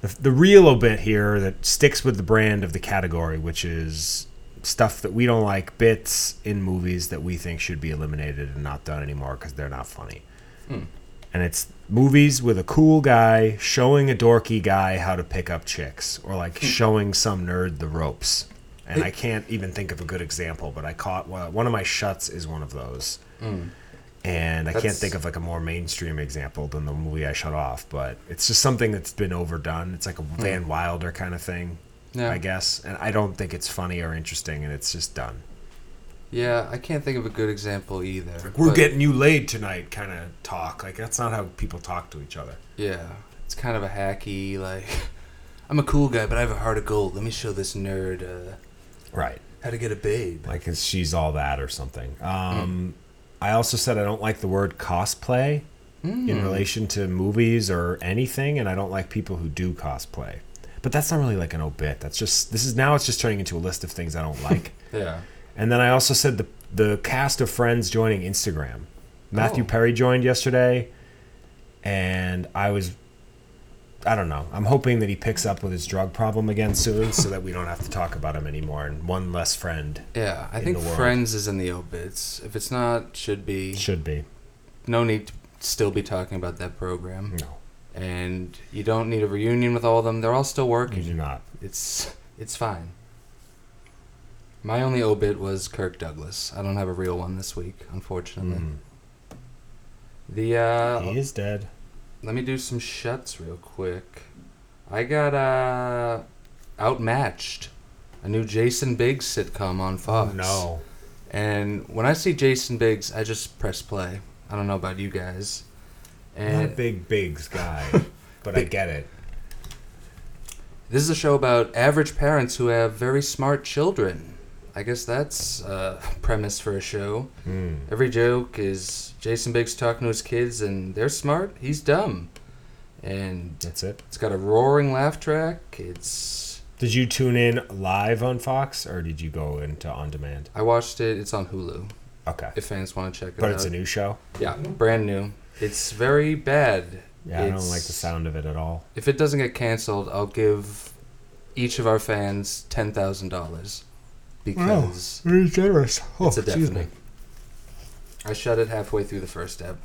[SPEAKER 1] The, the real obit here that sticks with the brand of the category, which is stuff that we don't like, bits in movies that we think should be eliminated and not done anymore because they're not funny. And it's movies with a cool guy showing a dorky guy how to pick up chicks or
[SPEAKER 2] Hmm.
[SPEAKER 1] like showing some nerd the ropes. And I can't even think of a good example, but I caught one one of my shuts is one of those. And I can't
[SPEAKER 2] Hmm. That's-
[SPEAKER 1] think of like a more mainstream example than the movie I shut off, but it's just something that's been overdone. It's like a Van Wilder kind of thing,
[SPEAKER 2] Hmm. Yeah.
[SPEAKER 1] I guess. And I don't think it's funny or interesting, and it's just done.
[SPEAKER 2] Yeah, I can't think of a good example either.
[SPEAKER 1] We're
[SPEAKER 2] but-
[SPEAKER 1] getting you laid tonight kind of talk. Like, that's not how people talk to each other.
[SPEAKER 2] Yeah, it's kind of a hacky like. I'm a cool guy, but I have a heart of gold. Let me show this nerd uh,
[SPEAKER 1] Right.
[SPEAKER 2] how to get a babe.
[SPEAKER 1] Like, it's, she's all that or something. Um, I also said I don't like the word cosplay in relation to movies or anything, and I don't like people who do cosplay. But that's not really like an obit. That's just, this is now it's just turning into a list of things I don't like.
[SPEAKER 2] Yeah.
[SPEAKER 1] And then I also said the the cast of Friends joining Instagram. Matthew
[SPEAKER 2] Oh.
[SPEAKER 1] Perry joined yesterday, and I was, I don't know. I'm hoping that he picks up with his drug problem again soon, so that we don't have to talk about him anymore, and one less friend
[SPEAKER 2] Yeah, I
[SPEAKER 1] In
[SPEAKER 2] think
[SPEAKER 1] the world.
[SPEAKER 2] Friends is in the obits. If it's not, should be.
[SPEAKER 1] should be.
[SPEAKER 2] No need to still be talking about that program.
[SPEAKER 1] No,
[SPEAKER 2] And you don't need a reunion with all of them. They're all still
[SPEAKER 1] you
[SPEAKER 2] working.
[SPEAKER 1] do not.
[SPEAKER 2] It's it's fine. My only obit was Kirk Douglas. I don't have a real one this week, unfortunately. The uh,
[SPEAKER 1] Mm-hmm. He is dead.
[SPEAKER 2] Let me do some shuts real quick. I got uh outmatched. A new Jason Biggs sitcom on Fox.
[SPEAKER 1] No,
[SPEAKER 2] And when I see Jason Biggs, I just press play. I don't know about you guys.
[SPEAKER 1] I'm not a
[SPEAKER 2] And
[SPEAKER 1] big bigs guy, but I get it.
[SPEAKER 2] This is a show about average parents who have very smart children. I guess that's a premise for a show. Every joke is Jason Biggs talking to his kids, and they're smart, he's dumb. And
[SPEAKER 1] That's it.
[SPEAKER 2] it's got a roaring laugh track. It's.
[SPEAKER 1] Did you tune in live on Fox or did you go into on demand?
[SPEAKER 2] I watched it, it's on Hulu,
[SPEAKER 1] Okay.
[SPEAKER 2] if fans want to check it out.
[SPEAKER 1] But it's a new show.
[SPEAKER 2] Yeah, brand new. It's very bad.
[SPEAKER 1] Yeah, I don't
[SPEAKER 2] It's-
[SPEAKER 1] like the sound of it at all.
[SPEAKER 2] If it doesn't get canceled, I'll give each of our fans $10,000.
[SPEAKER 8] Wow,
[SPEAKER 2] Because.
[SPEAKER 8] very generous. Oh,
[SPEAKER 2] It's a
[SPEAKER 8] excuse me.
[SPEAKER 2] definite. I shut it halfway through the first step.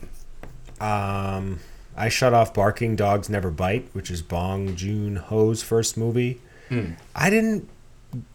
[SPEAKER 1] Um, I shut off Barking Dogs Never Bite, which is Bong Joon Ho's first movie. I didn't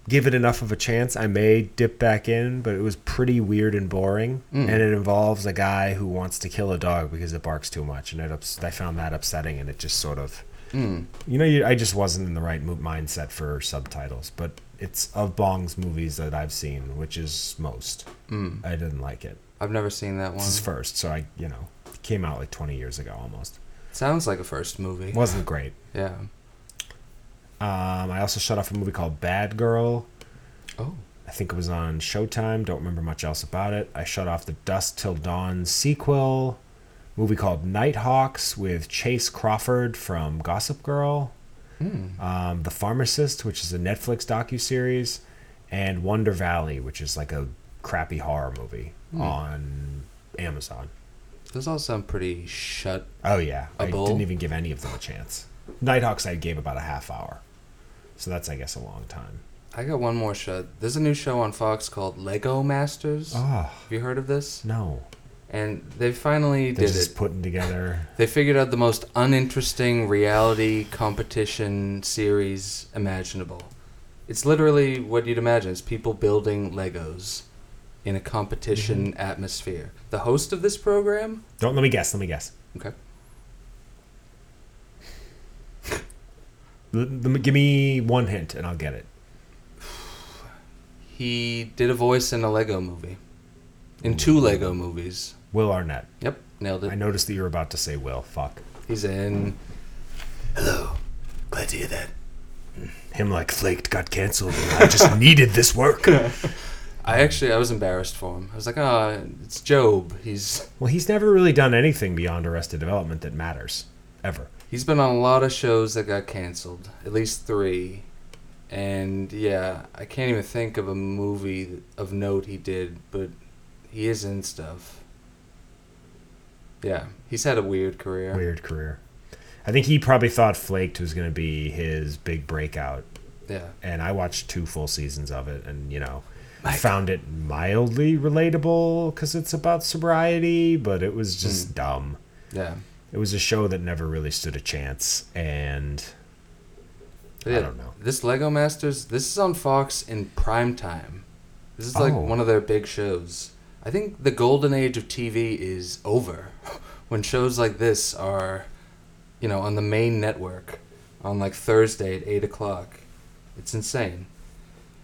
[SPEAKER 1] give it enough of a chance. I may dip back in, but it was pretty weird and boring. And it involves a guy who wants to kill a dog because it barks too much, and it ups- I found that upsetting. And it just sort of, you know, you, I just wasn't in the right mo- mindset for subtitles. But it's of Bong's movies that I've seen, which is most. I didn't like it.
[SPEAKER 2] I've never seen that one.
[SPEAKER 1] This is first, so I, you know, it came out like 20 years ago almost.
[SPEAKER 2] Sounds like a first movie.
[SPEAKER 1] Wasn't great.
[SPEAKER 2] Yeah.
[SPEAKER 1] Um, I also shut off a movie called Bad Girl.
[SPEAKER 2] Oh.
[SPEAKER 1] I think it was on Showtime. Don't remember much else about it. I shut off the Dust Till Dawn sequel. Movie called Nighthawks with Chase Crawford from Gossip Girl. Um, the Pharmacist, which is a Netflix docuseries. And Wonder Valley, which is like a crappy horror movie on Amazon.
[SPEAKER 2] Those all sound pretty shut.
[SPEAKER 1] Oh yeah,
[SPEAKER 2] A
[SPEAKER 1] I
[SPEAKER 2] bowl?
[SPEAKER 1] didn't even give any of them a chance. Nighthawks I gave about a half hour, so that's I guess a long time.
[SPEAKER 2] I got one more shut. There's a new show on Fox called Lego Masters.
[SPEAKER 1] Oh
[SPEAKER 2] Have you heard of this?
[SPEAKER 1] no,
[SPEAKER 2] And they finally
[SPEAKER 1] they're
[SPEAKER 2] did
[SPEAKER 1] just
[SPEAKER 2] it.
[SPEAKER 1] putting together.
[SPEAKER 2] They figured out the most uninteresting reality competition series imaginable. It's literally what you'd imagine. It's people building Legos in a competition
[SPEAKER 1] Mm-hmm.
[SPEAKER 2] atmosphere. The host of this program
[SPEAKER 1] Don't let me guess. Let me guess.
[SPEAKER 2] Okay.
[SPEAKER 1] L- let me- give me one hint and I'll get it.
[SPEAKER 2] He did a voice in a Lego movie. In two Lego movies.
[SPEAKER 1] Will Arnett.
[SPEAKER 2] Yep, nailed
[SPEAKER 1] I
[SPEAKER 2] it.
[SPEAKER 1] noticed that you were about to say Will. Fuck
[SPEAKER 2] He's in.
[SPEAKER 5] Hello. Glad to hear that.
[SPEAKER 1] him. Like flaked got canceled. and I just needed this work.
[SPEAKER 2] I actually I was embarrassed for him. I was like, ah, it's Job. He's
[SPEAKER 1] Well, he's never really done anything beyond Arrested Development that matters, ever.
[SPEAKER 2] he's been on a lot of shows that got canceled, at least three, and yeah, I can't even think of a movie of note he did, but he is in stuff. Yeah, he's had a weird career.
[SPEAKER 1] Weird career. I think he probably thought Flaked was going to be his big breakout
[SPEAKER 2] Yeah,
[SPEAKER 1] and I watched two full seasons of it, and you know, I found it mildly relatable because it's about sobriety, but it was
[SPEAKER 2] Hmm.
[SPEAKER 1] just dumb.
[SPEAKER 2] yeah.
[SPEAKER 1] It was a show that never really stood a chance, and
[SPEAKER 2] But yeah,
[SPEAKER 1] don't know.
[SPEAKER 2] This Lego Masters, this is on Fox in prime time. This is like
[SPEAKER 1] Oh.
[SPEAKER 2] one of their big shows. I think the golden age of TV is over when shows like this are, you know, on the main network on like Thursday at 8 o'clock. It's insane.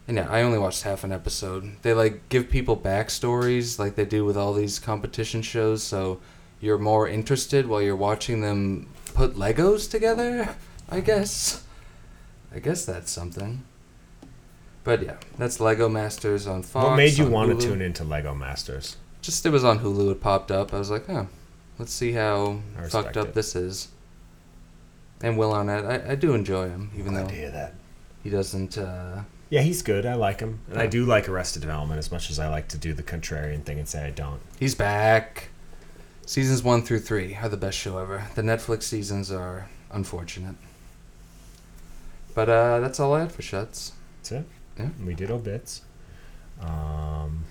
[SPEAKER 2] And yeah, I only watched half an episode. They like give people backstories like they do with all these competition shows, so you're more interested while you're watching them put Legos together, I guess. I guess that's something. But yeah, that's Lego Masters on Fox.
[SPEAKER 1] what made you
[SPEAKER 2] on
[SPEAKER 1] want
[SPEAKER 2] Hulu.
[SPEAKER 1] to tune into Lego Masters?
[SPEAKER 2] Just it was on Hulu. It popped up. I was like, huh, let's see how
[SPEAKER 1] I respect
[SPEAKER 2] fucked up
[SPEAKER 1] it.
[SPEAKER 2] this is. And Will Arnett, I, I do enjoy him, even
[SPEAKER 1] Oh,
[SPEAKER 2] though
[SPEAKER 5] hear that.
[SPEAKER 2] he doesn't. Uh,
[SPEAKER 1] Yeah, he's good. I like him, and I do like Arrested Development as much as I like to do the contrarian thing and say I don't.
[SPEAKER 2] he's back. Seasons one through three are the best show ever. The Netflix seasons are unfortunate. But uh, that's all I had for shuts.
[SPEAKER 1] That's it.
[SPEAKER 2] Yeah.
[SPEAKER 1] We did our bits. Um,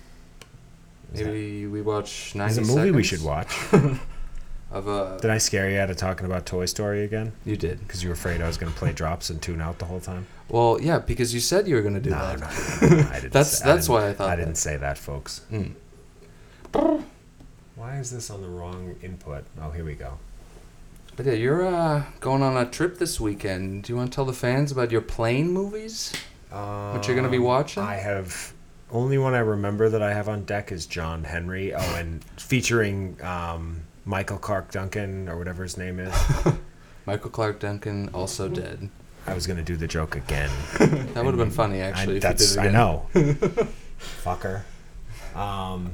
[SPEAKER 1] Is that-
[SPEAKER 2] Maybe we watch ninety
[SPEAKER 1] there's a movie we should
[SPEAKER 2] seconds
[SPEAKER 1] watch.
[SPEAKER 2] Of a
[SPEAKER 1] did I scare you out of talking about Toy Story again?
[SPEAKER 2] you did
[SPEAKER 1] Because you were afraid I was going to play drops and tune out the whole time.
[SPEAKER 2] well, yeah, because you said you were gonna do
[SPEAKER 1] No,
[SPEAKER 2] that.
[SPEAKER 1] no, no, no, I didn't
[SPEAKER 2] That's-
[SPEAKER 1] say-
[SPEAKER 2] that's
[SPEAKER 1] didn't-
[SPEAKER 2] why I thought
[SPEAKER 1] I didn't
[SPEAKER 2] that. Hmm.
[SPEAKER 1] say that, folks. Why is this on the wrong input? Oh, here we go.
[SPEAKER 2] But yeah, you're uh, going on a trip this weekend. Do you want to tell the fans about your plane movies? what you're going to be watching?
[SPEAKER 1] Uh, Um, I have only one I remember that I have on deck is John Henry. Oh, and featuring um, Michael Clark Duncan or whatever his name is.
[SPEAKER 2] Michael Clark Duncan also
[SPEAKER 1] Mm-hmm.
[SPEAKER 2] dead.
[SPEAKER 1] I was gonna do the joke again.
[SPEAKER 2] That would have been funny actually.
[SPEAKER 1] Mm-hmm. I,
[SPEAKER 2] if
[SPEAKER 1] that's
[SPEAKER 2] you did
[SPEAKER 1] I
[SPEAKER 2] it again.
[SPEAKER 1] know. Fucker. Um,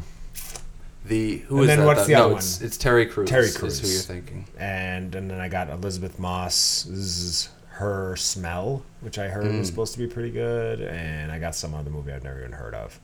[SPEAKER 2] The who
[SPEAKER 1] And
[SPEAKER 2] is
[SPEAKER 1] then
[SPEAKER 2] that?
[SPEAKER 1] what's
[SPEAKER 2] though?
[SPEAKER 1] the
[SPEAKER 2] no,
[SPEAKER 1] other
[SPEAKER 2] It's,
[SPEAKER 1] one?
[SPEAKER 2] it's Terry Crews.
[SPEAKER 1] Terry
[SPEAKER 2] is who
[SPEAKER 1] Crews.
[SPEAKER 2] you're thinking.
[SPEAKER 1] and and then I got Elizabeth Moss's Her Smell, which I heard was supposed to be pretty good, and I got some other movie I've never even heard of.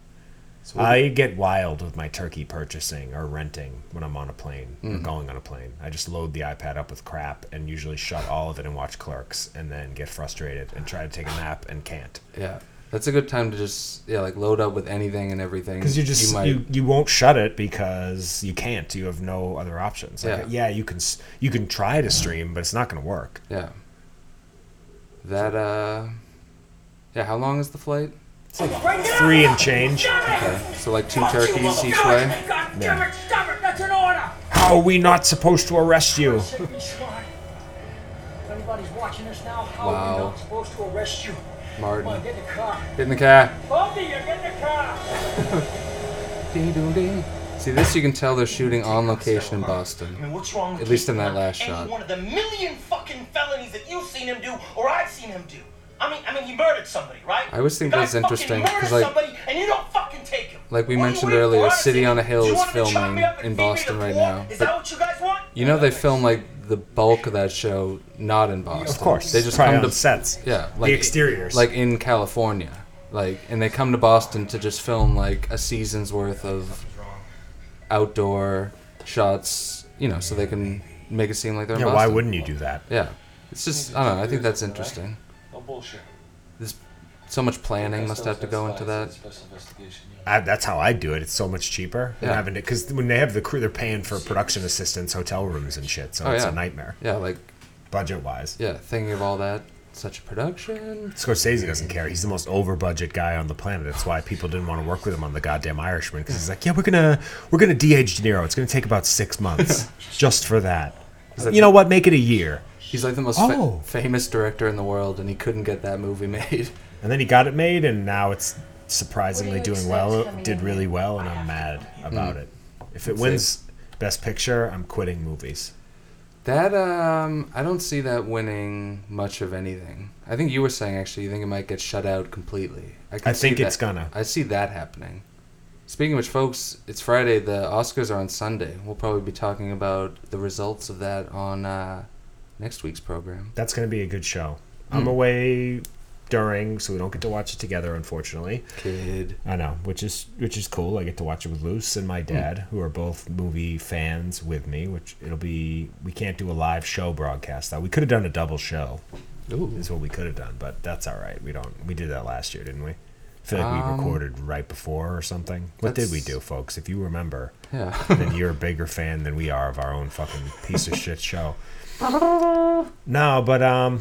[SPEAKER 2] So what-
[SPEAKER 1] I get wild with my turkey purchasing or renting when I'm on a plane or going on a plane. I just load the iPad up with crap and usually shut all of it and watch Clerks, and then get frustrated and try to take a nap and can't.
[SPEAKER 2] yeah, that's a good time to just yeah like load up with anything and everything.
[SPEAKER 1] because you just you,
[SPEAKER 2] might,
[SPEAKER 1] you, won't shut it because you can't you have no other options like, yeah. you can s- you can try to stream but it's not going to work
[SPEAKER 2] yeah. That uh, yeah. How long is the flight?
[SPEAKER 1] three and change
[SPEAKER 2] Okay, so like two turkeys each way.
[SPEAKER 9] God damn it, stop it, that's an order!
[SPEAKER 1] how are we not supposed to arrest you
[SPEAKER 9] Take me smart. If anybody's watching us now, how are we
[SPEAKER 2] Wow.
[SPEAKER 9] not supposed to arrest you? Come on,
[SPEAKER 2] Martin,
[SPEAKER 9] get in the car.
[SPEAKER 2] get in the car.
[SPEAKER 9] Baldy, you get in the car!
[SPEAKER 2] Ding dong ding. See this? You can tell they're shooting on location in
[SPEAKER 9] I
[SPEAKER 2] Boston.
[SPEAKER 9] mean, what's wrong with
[SPEAKER 2] At least in
[SPEAKER 9] keeping
[SPEAKER 2] that last
[SPEAKER 9] any
[SPEAKER 2] shot.
[SPEAKER 9] one of the million fucking felonies that you've seen him do, or I've seen him do. I mean, I mean, he murdered somebody, right?
[SPEAKER 2] I always think
[SPEAKER 9] The guy
[SPEAKER 2] that's interesting,
[SPEAKER 9] fucking
[SPEAKER 2] 'cause,
[SPEAKER 9] murdered
[SPEAKER 2] like-
[SPEAKER 9] somebody, and you don't fucking take him.
[SPEAKER 2] like we
[SPEAKER 9] What are you
[SPEAKER 2] mentioned
[SPEAKER 9] waiting
[SPEAKER 2] earlier,
[SPEAKER 9] for?
[SPEAKER 2] City on a Hill
[SPEAKER 9] Do you
[SPEAKER 2] is
[SPEAKER 9] want him to chop
[SPEAKER 2] filming
[SPEAKER 9] me up and
[SPEAKER 2] in
[SPEAKER 9] feed me to
[SPEAKER 2] Boston right
[SPEAKER 9] poor?
[SPEAKER 2] now,
[SPEAKER 9] Is
[SPEAKER 2] but-
[SPEAKER 9] that what you guys want?
[SPEAKER 2] You know they film like the bulk of that show not in Boston.
[SPEAKER 1] of course
[SPEAKER 2] They just
[SPEAKER 1] Try
[SPEAKER 2] come
[SPEAKER 1] on
[SPEAKER 2] to
[SPEAKER 1] sets
[SPEAKER 2] Yeah,
[SPEAKER 1] the exteriors
[SPEAKER 2] like in California, like, and they come to Boston to just film like a season's worth of outdoor shots, you know, so they can make it seem like they're in
[SPEAKER 1] yeah,
[SPEAKER 2] Boston.
[SPEAKER 1] why wouldn't you do that
[SPEAKER 2] Yeah, it's just I don't know. I think that's interesting.
[SPEAKER 10] No bullshit.
[SPEAKER 2] There's so much planning must have to go into that.
[SPEAKER 1] I, that's how I do it. It's so much cheaper than
[SPEAKER 2] Yeah.
[SPEAKER 1] having to because when they have the crew, they're paying for production assistants, hotel rooms, and shit. So
[SPEAKER 2] Oh,
[SPEAKER 1] it's
[SPEAKER 2] yeah.
[SPEAKER 1] a nightmare
[SPEAKER 2] Yeah, like
[SPEAKER 1] budget wise.
[SPEAKER 2] yeah, thinking of all that, such a production.
[SPEAKER 1] Scorsese doesn't care. He's the most over budget guy on the planet. That's why people didn't want to work with him on the goddamn Irishman because he's like, yeah, we're gonna we're gonna de-age De Niro. It's gonna take about six months just for that.
[SPEAKER 2] that-
[SPEAKER 1] You know what? Make it a year.
[SPEAKER 2] He's like the most
[SPEAKER 1] Oh.
[SPEAKER 2] fa- famous director in the world, and he couldn't get that movie made.
[SPEAKER 1] And then he got it made, and now it's surprisingly
[SPEAKER 7] What do you
[SPEAKER 1] doing
[SPEAKER 7] expect
[SPEAKER 1] well.
[SPEAKER 7] coming
[SPEAKER 1] Did
[SPEAKER 7] in?
[SPEAKER 1] really well, and I'm mad
[SPEAKER 2] Hmm.
[SPEAKER 1] about it. If it wins Best Picture, I'm quitting movies.
[SPEAKER 2] That um, I don't see that winning much of anything. I think you were saying actually, you think it might get shut out completely. can
[SPEAKER 1] I
[SPEAKER 2] see
[SPEAKER 1] think it's
[SPEAKER 2] that-
[SPEAKER 1] gonna.
[SPEAKER 2] I see that happening. Speaking of which, folks, it's Friday. The Oscars are on Sunday. We'll probably be talking about the results of that on uh, next week's program.
[SPEAKER 1] That's going to be a good show.
[SPEAKER 2] Hmm.
[SPEAKER 1] I'm away during, so we don't get to watch it together, unfortunately.
[SPEAKER 2] Kid,
[SPEAKER 1] I know, which is which is cool. I get to watch it with Luce and my
[SPEAKER 2] Hmm.
[SPEAKER 1] dad, who are both movie fans with me. Which it'll be. We can't do a live show broadcast though. We could have done a double show.
[SPEAKER 2] Ooh.
[SPEAKER 1] Is what we could have done, but that's all right. We don't. We did that last year, didn't we? I feel like we
[SPEAKER 2] Um,
[SPEAKER 1] recorded right before or something. What did we
[SPEAKER 2] that's-
[SPEAKER 1] do, folks? If you remember,
[SPEAKER 2] yeah,
[SPEAKER 1] then you're a bigger fan than we are of our own fucking piece of shit show. No, but um,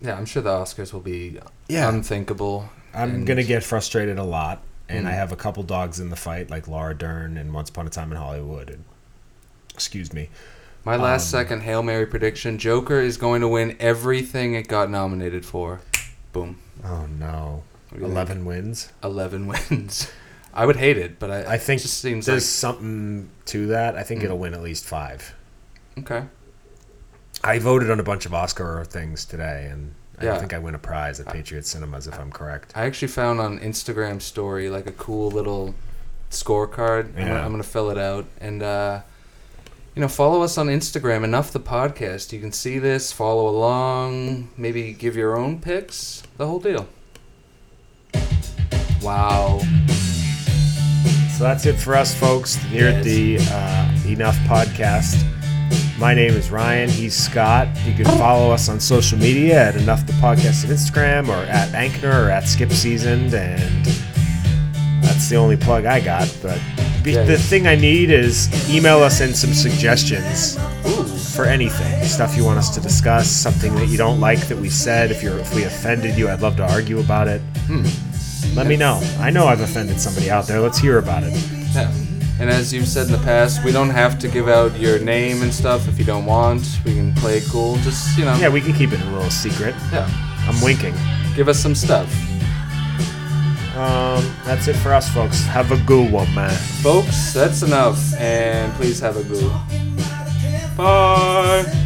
[SPEAKER 2] yeah. I'm sure the Oscars will be
[SPEAKER 1] Yeah.
[SPEAKER 2] unthinkable.
[SPEAKER 1] I'm
[SPEAKER 2] and- Mm-hmm.
[SPEAKER 1] gonna get frustrated a lot, and I have a couple dogs in the fight, like Laura Dern and Once Upon a Time in Hollywood. And excuse me,
[SPEAKER 2] My last
[SPEAKER 1] Um,
[SPEAKER 2] second Hail Mary prediction Joker is going to win everything it got nominated for. Boom.
[SPEAKER 1] oh no,
[SPEAKER 2] do you think?
[SPEAKER 1] eleven wins.
[SPEAKER 2] 11 wins. I would hate it, but I,
[SPEAKER 1] I think
[SPEAKER 2] it just seems
[SPEAKER 1] there's
[SPEAKER 2] like. Mm.
[SPEAKER 1] something to that. I think it'll win at least five.
[SPEAKER 2] Okay.
[SPEAKER 1] I voted on a bunch of Oscar things today, and I
[SPEAKER 2] Yeah.
[SPEAKER 1] think I win a prize at Patriot Cinemas if I'm correct.
[SPEAKER 2] I actually found on Instagram story like a cool little scorecard. I'm, gonna,
[SPEAKER 1] Yeah.
[SPEAKER 2] I'm gonna fill it out and uh, you know follow us on Instagram. Enough the podcast. You can see this. Follow along. Maybe give your own picks. The whole deal. Wow.
[SPEAKER 1] So that's it for us, folks, here at the uh, Enough Podcast. My name is Ryan. He's Scott. You can follow us on social media at Enough the Podcast on Instagram or at Ankner or at Skip Seasoned. And that's the only plug I got. But be-
[SPEAKER 2] Yeah,
[SPEAKER 1] the
[SPEAKER 2] yeah.
[SPEAKER 1] thing I need is email us in some suggestions for anything stuff you want us to discuss, something that you don't like that we said. If, you're, if we offended you, I'd love to argue about it. Let me know. I know I've offended somebody out there. Let's hear about it.
[SPEAKER 2] Yeah. And as you've said in the past, we don't have to give out your name and stuff if you don't want. We can play it cool. Just you know.
[SPEAKER 1] Yeah, we can keep it a little secret.
[SPEAKER 2] yeah.
[SPEAKER 1] I'm winking.
[SPEAKER 2] Give us some stuff.
[SPEAKER 1] Um, that's it for us, folks. Have a good one, man.
[SPEAKER 2] Folks, that's enough. And please have a good. Bye.